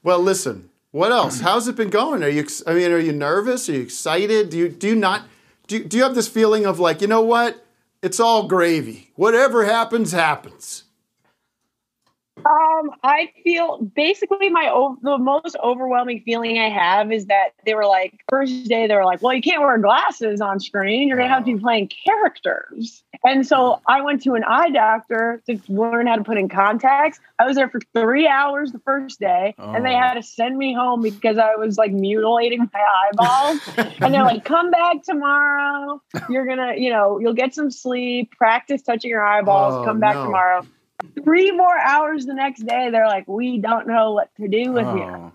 Speaker 2: well, listen. What else? How's it been going? Are you? ex- I mean, are you nervous? Are you excited? Do you do you not? Do you, do you have this feeling of like you know what? It's all gravy. Whatever happens, happens.
Speaker 10: Um, I feel basically my o- the most overwhelming feeling I have is that they were like first day they were like, well, you can't wear glasses on screen. You're gonna have to be playing characters. And so I went to an eye doctor to learn how to put in contacts. I was there for three hours the first day, and they
Speaker 12: Oh.
Speaker 10: had to send me home because I was like mutilating my eyeballs. and they're like, come back tomorrow. You're gonna, you know, you'll get some sleep. Practice touching your eyeballs.
Speaker 2: Oh,
Speaker 10: come back
Speaker 2: no.
Speaker 10: tomorrow three more hours the next day they're like we don't know what to do with
Speaker 2: Oh.
Speaker 10: you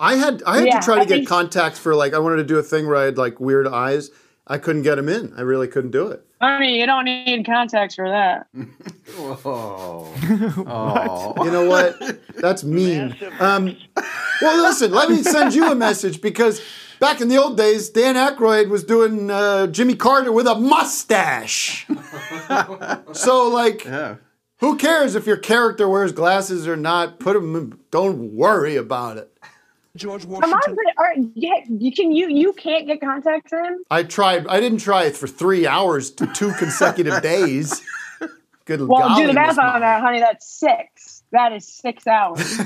Speaker 2: I had I had
Speaker 10: Yeah,
Speaker 2: to try to
Speaker 10: I
Speaker 2: get
Speaker 10: mean-
Speaker 2: contacts for like I wanted to do a thing where I had like weird eyes. I couldn't get them in. I really couldn't do it.
Speaker 10: i mean you don't need contacts for that
Speaker 2: Oh. You know what? That's mean. Um, well, listen, let me send you a message because back in the old days, Dan Aykroyd was doing uh, Jimmy Carter with a mustache. so, like, who cares if your character wears glasses or not? Put them, don't worry about it.
Speaker 6: George
Speaker 10: come on but- all right, yeah, you can you you can't get contacts in
Speaker 2: I tried, I didn't try it for three hours to two consecutive days. Good
Speaker 10: well
Speaker 2: golly,
Speaker 10: do the math
Speaker 2: Miss
Speaker 10: on that honey that's six that is six hours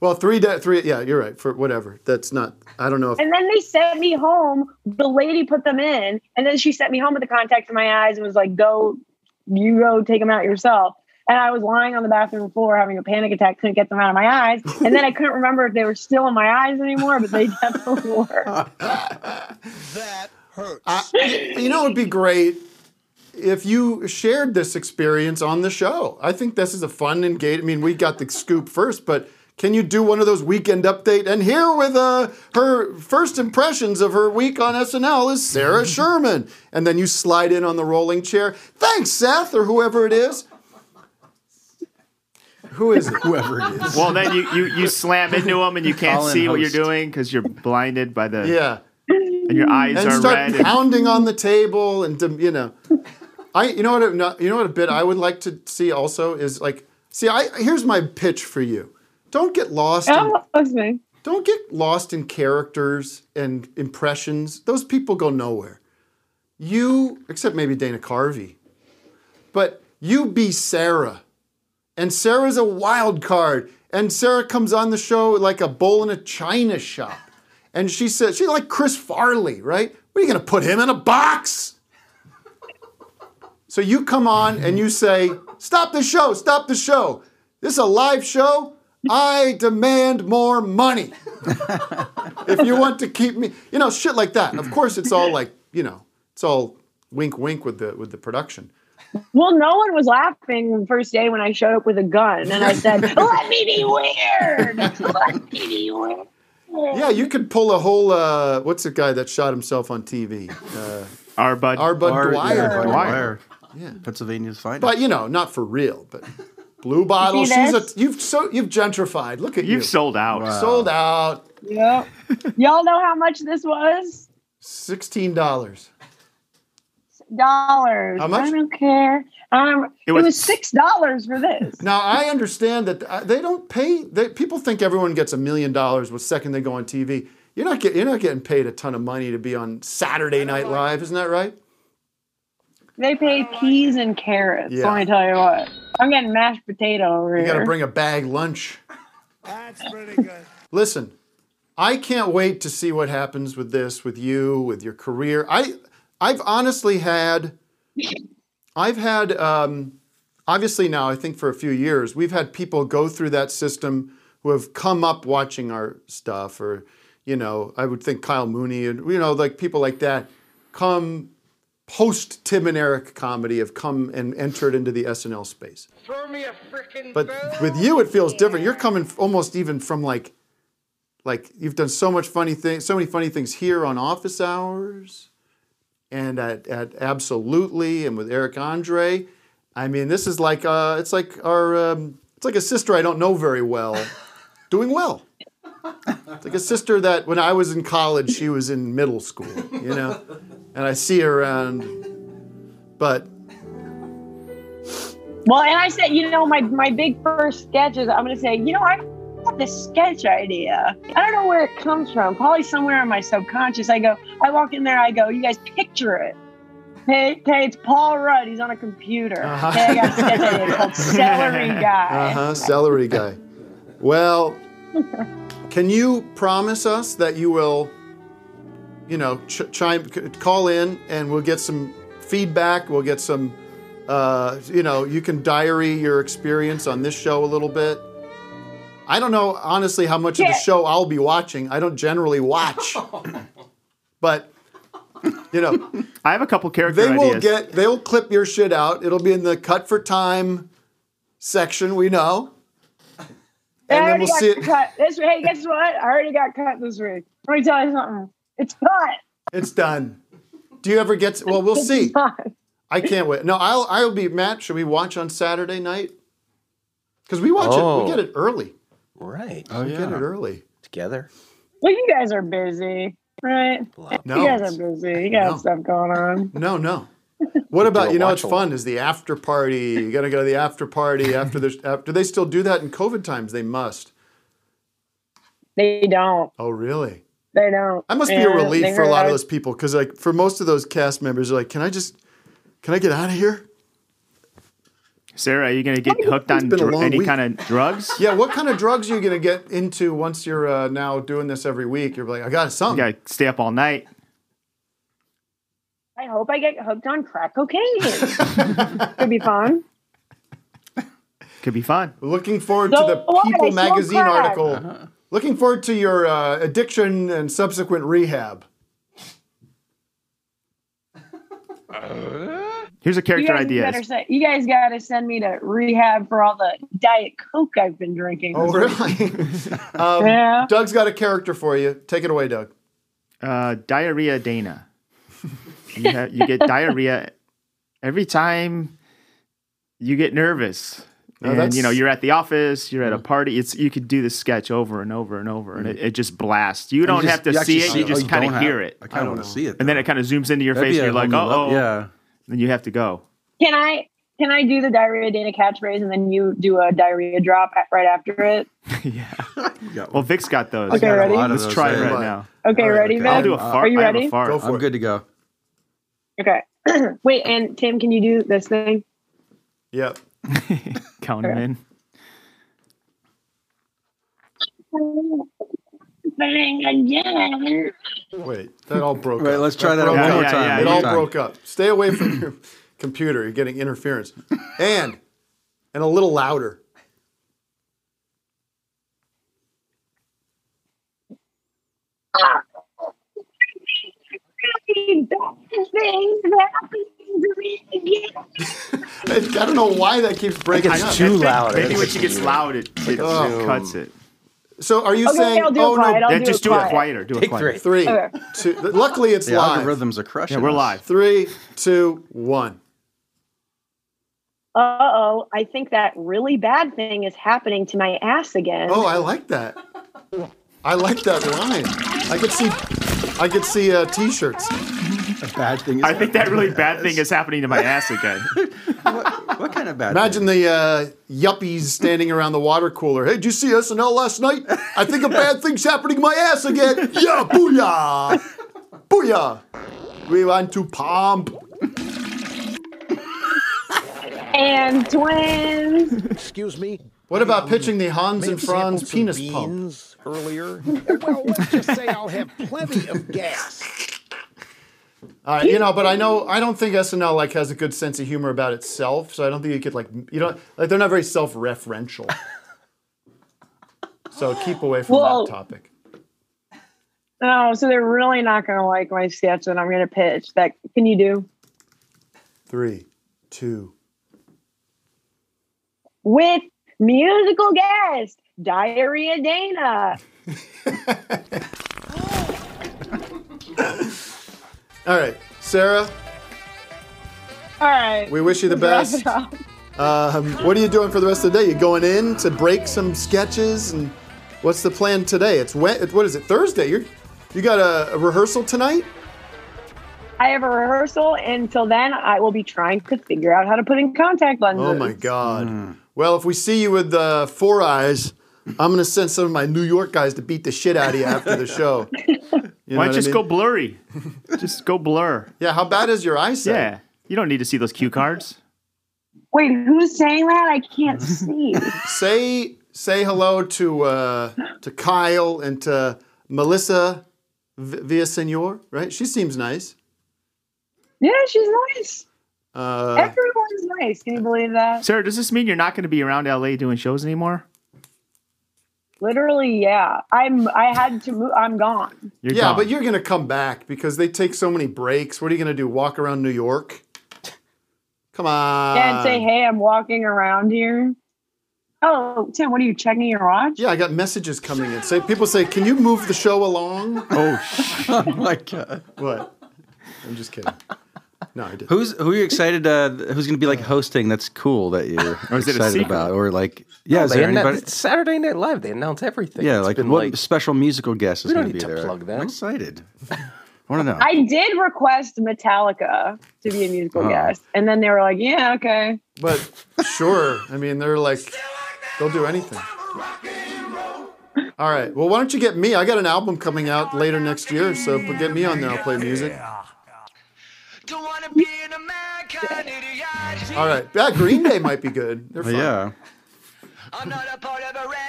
Speaker 2: Well, three, da three. Yeah, you're right. For whatever. That's not. I don't know. If,
Speaker 10: and then they sent me home the lady put them in and then she sent me home with the contacts in my eyes and was like go you go take them out yourself and I was lying on the bathroom floor having a panic attack, couldn't get them out of my eyes. And then I couldn't remember if they were still in my eyes anymore, but they definitely were.
Speaker 2: I, you know, it'd be great if you shared this experience on the show. I think this is a fun and gate. I mean, we got the scoop first, but can you do one of those weekend update? And here with uh, her first impressions of her week on SNL is Sarah Sherman, and then you slide in on the rolling chair. Thanks, Seth, or whoever it is. Who is it? Whoever it is.
Speaker 5: Well, then you, you, you slam into them and you can't
Speaker 2: Call-in
Speaker 5: see what you're
Speaker 2: host.
Speaker 5: doing because you're blinded by the
Speaker 2: Yeah.
Speaker 5: and your eyes
Speaker 2: Mm. and
Speaker 5: are
Speaker 2: start
Speaker 5: red. and-
Speaker 2: pounding on the table and dem- you know i you know what not, you know what a bit i would like to see also is like see i here's my pitch for you don't get lost in,
Speaker 10: Oh, listening.
Speaker 2: don't get lost in characters and impressions those people go nowhere you except maybe dana carvey but you be sarah and sarah's a wild card and sarah comes on the show like a bowl in a china shop and she said she's like chris farley right what are you going to put him in a box so you come on and you say stop the show stop the show this is a live show i demand more money if you want to keep me you know shit like that of course it's all like you know it's all wink wink with the with the production
Speaker 10: Well, no one was laughing the first day when I showed up with a gun and I said, Let me be weird. Let me be weird.
Speaker 2: Yeah, you could pull a whole. Uh, what's the guy that shot himself on TV? Uh,
Speaker 5: our bud,
Speaker 2: our bud
Speaker 3: Or-
Speaker 2: Dwyer.
Speaker 3: yeah, Bud
Speaker 2: Dwyer.
Speaker 3: Dwyer. Pennsylvania's finest.
Speaker 2: But you know, not for real. But Blue Bottle,
Speaker 10: see
Speaker 2: she's a.
Speaker 10: this?
Speaker 2: You've so you've gentrified. Look at you.
Speaker 5: You've sold out.
Speaker 2: You've Sold out.
Speaker 10: Yep. Y'all know how much this was?
Speaker 2: Sixteen dollars.
Speaker 10: Dollars.
Speaker 2: How much?
Speaker 10: I don't care. Um,
Speaker 2: It
Speaker 10: it,
Speaker 2: was-
Speaker 10: was, six dollars for this.
Speaker 2: Now I understand that uh, they don't pay. They, people think everyone gets a million dollars the second they go on TV. You're not get, you're not getting paid a ton of money to be on Saturday Night Live, isn't that right?
Speaker 10: They pay peas and carrots.
Speaker 2: Yeah.
Speaker 10: Let me tell you what. I'm getting mashed potato over
Speaker 2: You got
Speaker 10: here.
Speaker 2: to bring a bag lunch. Listen, I can't wait to see what happens with this, with you, with your career. I, I've honestly had, I've had, um, obviously now I think for a few years we've had people go through that system who have come up watching our stuff, or you know, I would think Kyle Mooney and you know like people like that come post Tim and Eric comedy have come and entered into the SNL space.
Speaker 6: Throw me a freaking
Speaker 2: But with you, it feels different. You're coming f- almost even from like, like you've done so much funny things, so many funny things here on Office Hours, and at, at absolutely, and with Eric Andre. I mean, this is like uh, it's like our um, it's like a sister I don't know very well, doing well. It's like a sister that when I was in college, she was in middle school, you know, and I see her around, but
Speaker 10: Well, and I said, you know, my my big first sketch is I'm going to say, you know, I got this sketch idea. I don't know where it comes from. Probably somewhere in my subconscious. I go, I walk in there, I go, you guys picture it. Hey, hey, it's Paul Rudd. He's on a computer.
Speaker 2: Uh-huh.
Speaker 10: Hey, I got a sketch idea called Celery Guy.
Speaker 2: Uh huh. Celery guy. Well, can you promise us that you will, you know, ch- chime, c- call in, and we'll get some feedback. We'll get some, uh, you know, you can diary your experience on this show a little bit. I don't know honestly how much of
Speaker 10: Yeah.
Speaker 2: the show I'll be watching. I don't generally watch, but you know,
Speaker 5: I have a couple character
Speaker 2: they will
Speaker 5: ideas.
Speaker 2: get they'll clip your shit out. It'll be in the cut for time section, we know. And
Speaker 10: I
Speaker 2: then
Speaker 10: already
Speaker 2: we'll
Speaker 10: got
Speaker 2: see it.
Speaker 10: cut. This, hey, guess what? I already got cut this week. Let me tell you something. It's cut.
Speaker 2: It's done. Do you ever get well we'll see. I can't wait. No, I'll I'll be Matt, should we watch on Saturday night? Because we watch it,
Speaker 4: Oh.
Speaker 2: we get it early.
Speaker 4: Right.
Speaker 2: Oh, we get it early.
Speaker 4: Together.
Speaker 10: Well, you guys are busy, right?
Speaker 2: No.
Speaker 10: You guys are busy. You got stuff going on.
Speaker 2: No, no. What about
Speaker 4: a
Speaker 2: you know
Speaker 4: watch
Speaker 2: what's
Speaker 4: along.
Speaker 2: fun is the after party. You gotta go to the after party after the after they still do that in COVID times, they must.
Speaker 10: They don't.
Speaker 2: Oh really?
Speaker 10: They don't.
Speaker 2: That must be
Speaker 10: Yeah,
Speaker 2: a relief
Speaker 10: they
Speaker 2: for a lot of
Speaker 10: heard.
Speaker 2: those people because, like, for most of those cast members, they're like, "Can I just, can I get out of here?"
Speaker 5: Sarah, are you going to get hooked on
Speaker 2: been a
Speaker 5: dr-
Speaker 2: long
Speaker 5: any
Speaker 2: week.
Speaker 5: kind of drugs?
Speaker 2: Yeah, what kind of drugs are you gonna get into once you're uh, now doing this every week? You're like, "I got
Speaker 5: You
Speaker 2: something."
Speaker 5: got to stay up all night.
Speaker 10: I hope I get hooked on crack cocaine. Could be fun.
Speaker 5: Could be fun. Uh-huh.
Speaker 2: Looking forward
Speaker 10: So
Speaker 2: to the
Speaker 10: what? I
Speaker 2: People
Speaker 10: smoke
Speaker 2: magazine
Speaker 10: crack.
Speaker 2: article. Looking forward to your uh, addiction and subsequent rehab.
Speaker 5: Here's a
Speaker 10: You
Speaker 5: character
Speaker 10: guys,
Speaker 5: idea.
Speaker 10: better send, you guys gotta send me to rehab for all the diet coke I've been drinking.
Speaker 2: Oh, really? um,
Speaker 10: Yeah.
Speaker 2: Doug's got a character for you. Take it away, Doug.
Speaker 5: Uh, diarrhea Dana. you, have, you get diarrhea every time you get nervous.
Speaker 2: No,
Speaker 5: and you know
Speaker 2: Oh, that's- Mm-hmm.
Speaker 5: you're at the office, you're at a party. It's you could do the sketch over and over and over, and it, it just blasts. You
Speaker 3: And
Speaker 5: don't
Speaker 3: just-
Speaker 5: have to
Speaker 3: you actually
Speaker 5: see it; you
Speaker 3: oh,
Speaker 5: just kind
Speaker 3: don't
Speaker 5: of
Speaker 3: have-
Speaker 5: hear it,
Speaker 3: I kind of want to see it.
Speaker 5: and then it kind of zooms into your
Speaker 3: That'd
Speaker 5: face,
Speaker 3: be
Speaker 5: and
Speaker 3: a
Speaker 5: you're like,
Speaker 3: whole new
Speaker 5: "Oh,
Speaker 3: level. yeah."
Speaker 5: Then you have to go.
Speaker 10: Can I can I do the diarrhea Dana catchphrase and then you do a diarrhea drop at, right after it?
Speaker 5: Well, Vic's got those.
Speaker 10: Okay, I got a ready? lot
Speaker 3: of
Speaker 5: Let's
Speaker 3: those,
Speaker 5: try it
Speaker 3: yeah.
Speaker 5: right
Speaker 3: Right.
Speaker 5: now.
Speaker 10: Okay, ready, Vic?
Speaker 5: I'll do a fart.
Speaker 10: Are you
Speaker 5: I have a
Speaker 10: ready?
Speaker 5: fart.
Speaker 2: Go for
Speaker 3: I'm
Speaker 2: it.
Speaker 3: good to go.
Speaker 10: Okay. Wait, and Tim, can you do this thing?
Speaker 2: Yep.
Speaker 5: Count 'em in.
Speaker 2: Wait, that all broke
Speaker 3: Wait,
Speaker 2: up.
Speaker 3: let's try that
Speaker 2: broke
Speaker 3: one
Speaker 2: up.
Speaker 3: more
Speaker 5: yeah,
Speaker 3: time.
Speaker 5: yeah,
Speaker 3: one
Speaker 2: It
Speaker 3: more
Speaker 2: all
Speaker 3: time.
Speaker 2: broke up. Stay away from your computer. You're getting interference. And and a little louder. I don't know why that keeps breaking
Speaker 4: it's
Speaker 2: up. oh.
Speaker 4: too
Speaker 5: Maybe-
Speaker 4: loud.
Speaker 5: Maybe when she gets loud, it, it
Speaker 2: zoom.
Speaker 5: cuts it.
Speaker 2: So are you
Speaker 10: Okay,
Speaker 2: saying?
Speaker 10: I'll do it
Speaker 2: oh
Speaker 10: quiet.
Speaker 2: no!
Speaker 10: I'll
Speaker 5: Yeah,
Speaker 10: do
Speaker 5: just
Speaker 10: it
Speaker 5: do it
Speaker 10: quiet.
Speaker 5: quieter. Do it
Speaker 4: Take
Speaker 5: quieter.
Speaker 4: three.
Speaker 2: Three,
Speaker 10: Okay.
Speaker 2: two. Luckily, it's
Speaker 3: The
Speaker 2: live.
Speaker 3: algorithms are crushing.
Speaker 5: Yeah, we're
Speaker 3: us.
Speaker 5: live.
Speaker 2: Three, two, one.
Speaker 10: Uh oh, I think that really bad thing is happening to my ass again.
Speaker 2: Oh, I like that. I like that line. I could see, I could see uh, t-shirts.
Speaker 3: A bad thing. Is
Speaker 5: I think that really bad thing is happening to my ass again.
Speaker 3: what, what kind of bad?
Speaker 2: Imagine the uh, yuppies standing around the water cooler. Hey, did you see SNL last night? I think a bad thing's happening to my ass again. Yeah, booyah! Booyah! We want to pump.
Speaker 10: And twins.
Speaker 11: Excuse me.
Speaker 2: What about pitching the Hans
Speaker 11: Made
Speaker 2: and Franz
Speaker 11: samples of
Speaker 2: penis pump?
Speaker 11: beans earlier? well, let's just say I'll have plenty of gas.
Speaker 2: Uh, you know, but I know I don't think SNL like has a good sense of humor about itself, so I don't think you could like you don't like they're not very self-referential. so keep away from
Speaker 10: Well-
Speaker 2: that topic.
Speaker 10: Oh, so they're really not going to like my sketch that I'm going to pitch. That can you do?
Speaker 2: Three, two.
Speaker 10: with musical guest Diarrhea Dana.
Speaker 2: All right, Sarah,
Speaker 10: All right.
Speaker 2: We wish you the
Speaker 10: Wrap
Speaker 2: best.
Speaker 10: it up.
Speaker 2: um, what are you doing for the rest of the day? You going in to break some sketches, and what's the plan today? It's Wed- it's- What is it? Thursday. You you got a, a rehearsal tonight?
Speaker 10: I have a rehearsal. Until then, I will be trying to figure out how to put in contact lenses.
Speaker 2: Oh my God.
Speaker 5: Hmm.
Speaker 2: Well, if we see you with uh, four eyes, I'm gonna send some of my New York guys to beat the shit out of you after the show. You
Speaker 5: Why
Speaker 2: know what I
Speaker 5: don't just
Speaker 2: mean?
Speaker 5: go blurry? just go blur.
Speaker 2: Yeah, how bad is your eyesight?
Speaker 5: Yeah, you don't need to see those cue cards.
Speaker 10: Wait, who's saying that? I can't see.
Speaker 2: Say say hello to uh, to Kyle and to Melissa v- Villasenor, right? She seems nice.
Speaker 10: yeah, she's nice.
Speaker 2: Uh,
Speaker 10: Everyone's nice. Can you believe that?
Speaker 5: Sarah, does this mean you're not going to be around LA doing shows anymore?
Speaker 10: Literally, yeah. I'm. I had to move. I'm gone.
Speaker 5: You're
Speaker 2: yeah,
Speaker 5: gone.
Speaker 2: but you're gonna come back because they take so many breaks. What are you gonna do? Walk around New York? Come on.
Speaker 10: yeah, and say, hey, I'm walking around here. Oh, Tim, what are you checking your watch?
Speaker 2: Yeah, I got messages coming in. Say people say, "Can you move the show along?"
Speaker 3: Oh, my god!
Speaker 2: What? I'm just kidding. No, I didn't.
Speaker 3: Who's who are you excited? Uh, who's going to be like hosting? That's cool that you're
Speaker 5: is it a
Speaker 3: excited
Speaker 5: secret?
Speaker 3: about, or like yeah,
Speaker 4: No,
Speaker 3: is
Speaker 4: they
Speaker 3: there
Speaker 4: annou-
Speaker 3: anybody?
Speaker 4: it's Saturday Night Live. They announce everything.
Speaker 3: Yeah,
Speaker 4: It's
Speaker 3: like what
Speaker 4: been like-
Speaker 3: special musical guest is
Speaker 4: We don't
Speaker 3: going to be
Speaker 4: need to
Speaker 3: there?
Speaker 4: plug them.
Speaker 3: I'm excited. I want to know.
Speaker 10: I did request Metallica to be a musical
Speaker 3: Oh.
Speaker 2: Uh-huh.
Speaker 10: guest, and then they were like, "Yeah, okay."
Speaker 2: But sure, I mean they're like they'll do anything. All right. Well, why don't you get me? I got an album coming out later next year, so but get me on there. I'll play music. All right. Yeah, Green Day might be good. They're fun.
Speaker 3: yeah.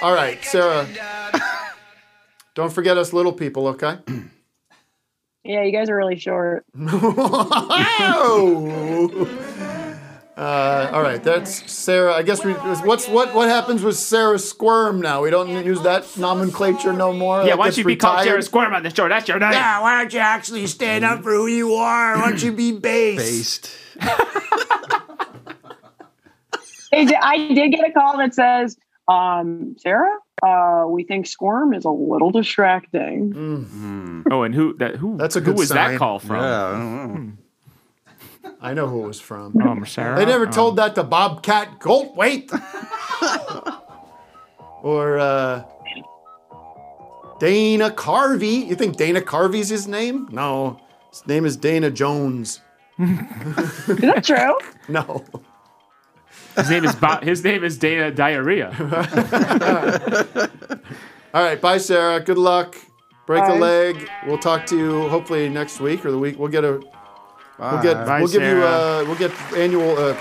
Speaker 2: All right, Sarah. Don't forget us little people, okay?
Speaker 10: Yeah, you guys are really short.
Speaker 2: Uh, all right, that's Sarah. I guess we. What's what? What happens with Sarah Squirm now? We don't use that nomenclature no more.
Speaker 5: yeah,
Speaker 2: That
Speaker 5: why
Speaker 2: gets
Speaker 5: don't you be called
Speaker 2: retired?
Speaker 5: Sarah Squirm on the show? That's your name.
Speaker 11: Yeah, why don't you actually stand up for who you are? Why don't you be base?
Speaker 3: Based.
Speaker 10: They did- I did get a call that says, um, "Sarah, uh, we think Squirm is a little distracting."
Speaker 2: Mm.
Speaker 5: Oh, and who that who
Speaker 2: That's a
Speaker 5: who
Speaker 2: good
Speaker 5: was
Speaker 2: sign.
Speaker 5: that call from? Hmm.
Speaker 3: Yeah, I don't know.
Speaker 2: I know who it was from.
Speaker 5: Um, Sarah.
Speaker 2: They never
Speaker 5: um,
Speaker 2: told that to Bobcat Goldthwait or uh, Dana Carvey. You think Dana Carvey's his name? No, his name is Dana Jones.
Speaker 10: Is that true?
Speaker 2: No,
Speaker 5: His name is Bob, his name is Dana Diarrhea.
Speaker 2: All right, bye, Sarah. Good luck. Break a
Speaker 10: Bye.
Speaker 2: leg. We'll talk to you hopefully next week or the week. We'll get a. We'll get.
Speaker 5: Bye,
Speaker 2: we'll give you.
Speaker 5: Sarah.
Speaker 2: Uh, we'll get annual uh,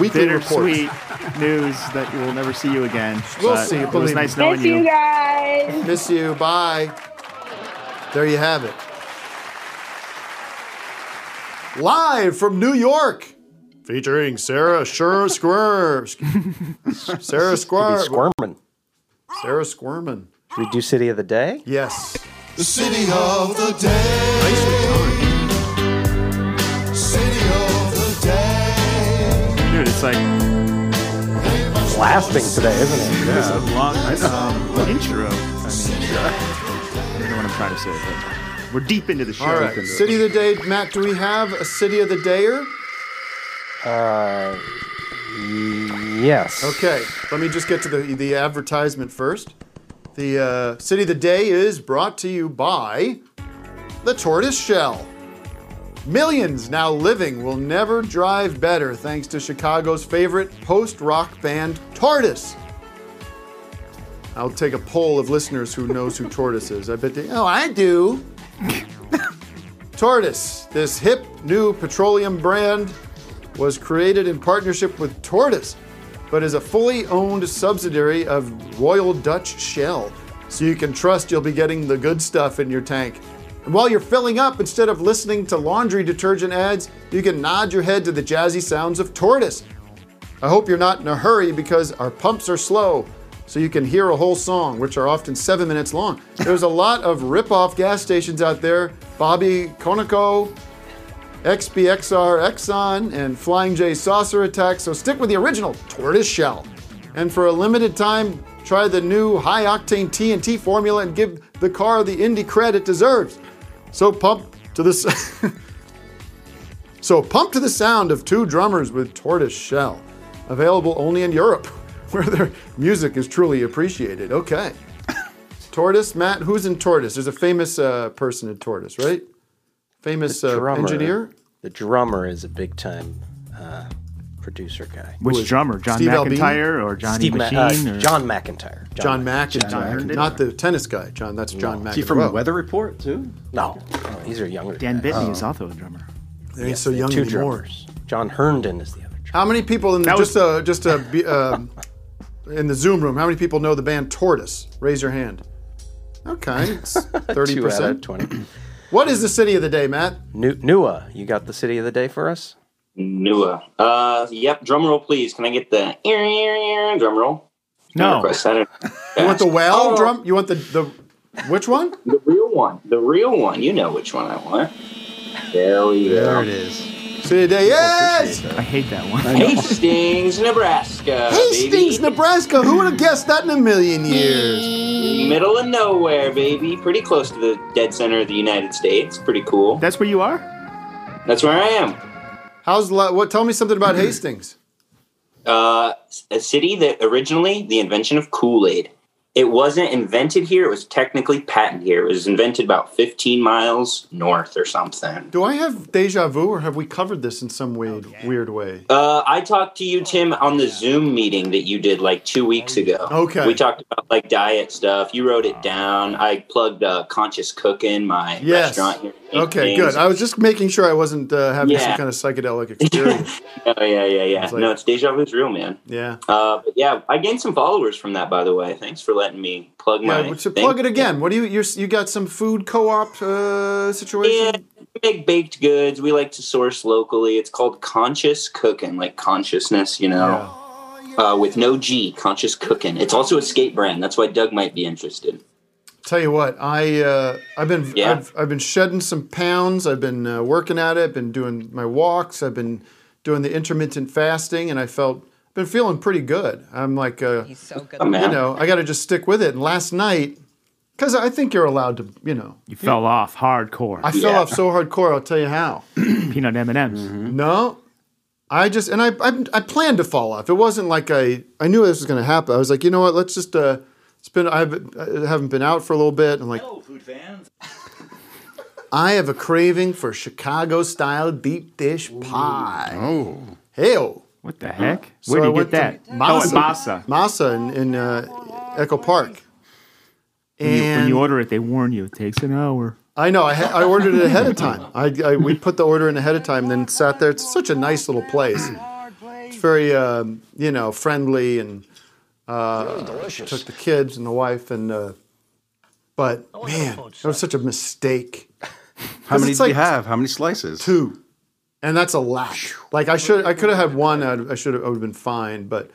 Speaker 2: weekly reports.
Speaker 5: Bittersweet news that we'll never see you again.
Speaker 2: We'll
Speaker 5: but
Speaker 2: see,
Speaker 5: It was
Speaker 2: believe
Speaker 5: nice
Speaker 2: me.
Speaker 5: knowing
Speaker 10: Miss you guys.
Speaker 2: Miss you. Bye. There you have it. Live from New York, featuring Sarah Sure Squirm. Sarah
Speaker 4: Be
Speaker 2: Squirm.
Speaker 4: squirming.
Speaker 2: Sarah Squirmin.
Speaker 4: Should we do City of the Day?
Speaker 2: Yes.
Speaker 1: The city of the day. City of the day.
Speaker 5: you. Dude, it's like
Speaker 4: Blasting today, isn't it?
Speaker 5: this is a long nice, um, intro. I mean, I don't know what I'm trying to say, but we're deep into the show.
Speaker 2: All right.
Speaker 5: Deep into it.
Speaker 2: City of the day, Matt. Do we have a city of the dayer?
Speaker 4: Uh, yes.
Speaker 2: Okay, let me just get to the the advertisement first. The uh, city of the day is brought to you by the tortoise shell. Millions now living will never drive better thanks to Chicago's favorite post rock band, Tortoise. I'll take a poll of listeners who knows who Tortoise is. I bet they, oh, I do. Tortoise, this hip new petroleum brand, was created in partnership with Tortoise, but is a fully owned subsidiary of Royal Dutch Shell. So you can trust you'll be getting the good stuff in your tank. And while you're filling up, instead of listening to laundry detergent ads, you can nod your head to the jazzy sounds of Tortoise. I hope you're not in a hurry because our pumps are slow, so you can hear a whole song, which are often seven minutes long. There's a lot of rip-off gas stations out there. Bobby Conoco, XBXR Exxon, and Flying J Saucer Attack, so stick with the original Tortoise Shell. And for a limited time, try the new high-octane TNT formula and give the car the indie credit it deserves. So pump to the... s- So pump to the sound of two drummers with Tortoise Shell. Available only in Europe, where their music is truly appreciated. Okay. Tortoise, Matt, who's in Tortoise? There's a famous uh, person in Tortoise, right? Famous uh, engineer?
Speaker 4: The drummer is a big time uh, producer guy.
Speaker 5: Which drummer? John McIntyre or Johnny
Speaker 4: Steve Ma- uh,
Speaker 5: Machine or-
Speaker 4: John McIntyre.
Speaker 2: John, McIntyre. Not the tennis guy, John. That's John McIntyre.
Speaker 4: Is he from
Speaker 3: Weather Report, too?
Speaker 4: No. no these are younger Oh.
Speaker 5: Dan
Speaker 4: guys.
Speaker 5: Bitney is also a drummer.
Speaker 2: They ain't so young
Speaker 4: two
Speaker 2: anymore.
Speaker 4: drummers. John Herndon is the other.
Speaker 2: How many people in the,
Speaker 4: That was-
Speaker 2: just uh, just uh, be- um, in the Zoom room? How many people know the band Tortoise? Raise your hand. Okay, thirty
Speaker 4: Two out of
Speaker 2: percent.
Speaker 4: 20.
Speaker 2: What is the city of the day, Matt?
Speaker 4: Nu- Nua, you got the city of the day for us?
Speaker 12: Nua. Uh, yep. Drum roll, please. Can I get the drum roll?
Speaker 2: No.
Speaker 12: Request. I don't.
Speaker 2: You want the whale drum? You want the the which one?
Speaker 12: The real one. The real one. You know which one I want. There we go.
Speaker 2: There
Speaker 12: it
Speaker 3: is.
Speaker 2: City of the day. Yes.
Speaker 5: I hate that one.
Speaker 12: Hastings, Nebraska.
Speaker 2: Hastings, Nebraska. Who would have guessed that in a million years?
Speaker 12: Baby. Middle of nowhere, baby. Pretty close to the dead center of the United States. Pretty cool.
Speaker 5: That's where you are.
Speaker 12: That's where I am.
Speaker 2: How's li- what? Tell me something about Hastings.
Speaker 12: Uh, a city that originally the invention of Kool Aid. It wasn't invented here. It was technically patented here. It was invented about 15 miles north or something.
Speaker 2: Do I have deja vu, or have we covered this in some weird weird way?
Speaker 12: Uh, I talked to you, Tim, on the Zoom meeting that you did like two weeks ago.
Speaker 2: Okay.
Speaker 12: We talked about like diet stuff. You wrote it down. I plugged uh, conscious cooking, my
Speaker 2: Yes.
Speaker 12: restaurant here. in
Speaker 2: Okay,
Speaker 12: Hastings.
Speaker 2: good. I was just making sure I wasn't uh, having some
Speaker 12: Yeah.
Speaker 2: kind of psychedelic experience.
Speaker 12: Oh yeah, yeah, yeah.
Speaker 2: It's like-
Speaker 12: no, it's deja vu's real, man.
Speaker 2: yeah.
Speaker 12: Uh, but yeah, I gained some followers from that, by the way. Thanks for letting me plug
Speaker 2: Yeah,
Speaker 12: my.
Speaker 2: but so
Speaker 12: thing.
Speaker 2: plug it again. What do you you you got some food co-op uh, situation?
Speaker 12: We make baked goods. We like to source locally. It's called conscious cooking, like consciousness, you know, uh, with no G. Conscious cooking. It's also a skate brand. That's why Doug might be interested.
Speaker 2: Tell you what, I uh, I've been
Speaker 12: Yeah.
Speaker 2: I've, I've been shedding some pounds. I've been uh, working at it. Been doing my walks. I've been doing the intermittent fasting, and I felt been feeling pretty good. I'm like, uh, you
Speaker 12: man.
Speaker 2: know, I got to just stick with it. And last night, because I think you're allowed to, you know,
Speaker 5: You fell off hardcore.
Speaker 2: I fell off so hardcore. I'll tell you how.
Speaker 5: peanut M and M's.
Speaker 2: No, I just and I, I I planned to fall off. It wasn't like I I knew this was going to happen. I was like, you know what? Let's just uh, it's been I've, I haven't been out for a little bit. I'm like,
Speaker 13: food fans.
Speaker 2: I have a craving for Chicago style deep dish pie. Oh, hell!
Speaker 5: What the heck? Where do you get that? Oh, at Masa.
Speaker 2: Masa in, in uh, Echo Park.
Speaker 5: When you, when
Speaker 2: And-
Speaker 5: you order it, they warn you it takes an hour.
Speaker 2: I know. I, ha- I ordered it ahead of time. I, I we put the order in ahead of time, then sat there. It's such a nice little place. It's very um, you know friendly and uh, took the kids and the wife and uh, but man, that was such a mistake.
Speaker 3: How
Speaker 2: 'Cause
Speaker 3: many
Speaker 2: it's
Speaker 3: do you
Speaker 2: like-
Speaker 3: have? How many slices?
Speaker 2: Two. And that's a lot. Like I should, I could have had one. I'd, I should have, I would have been fine. But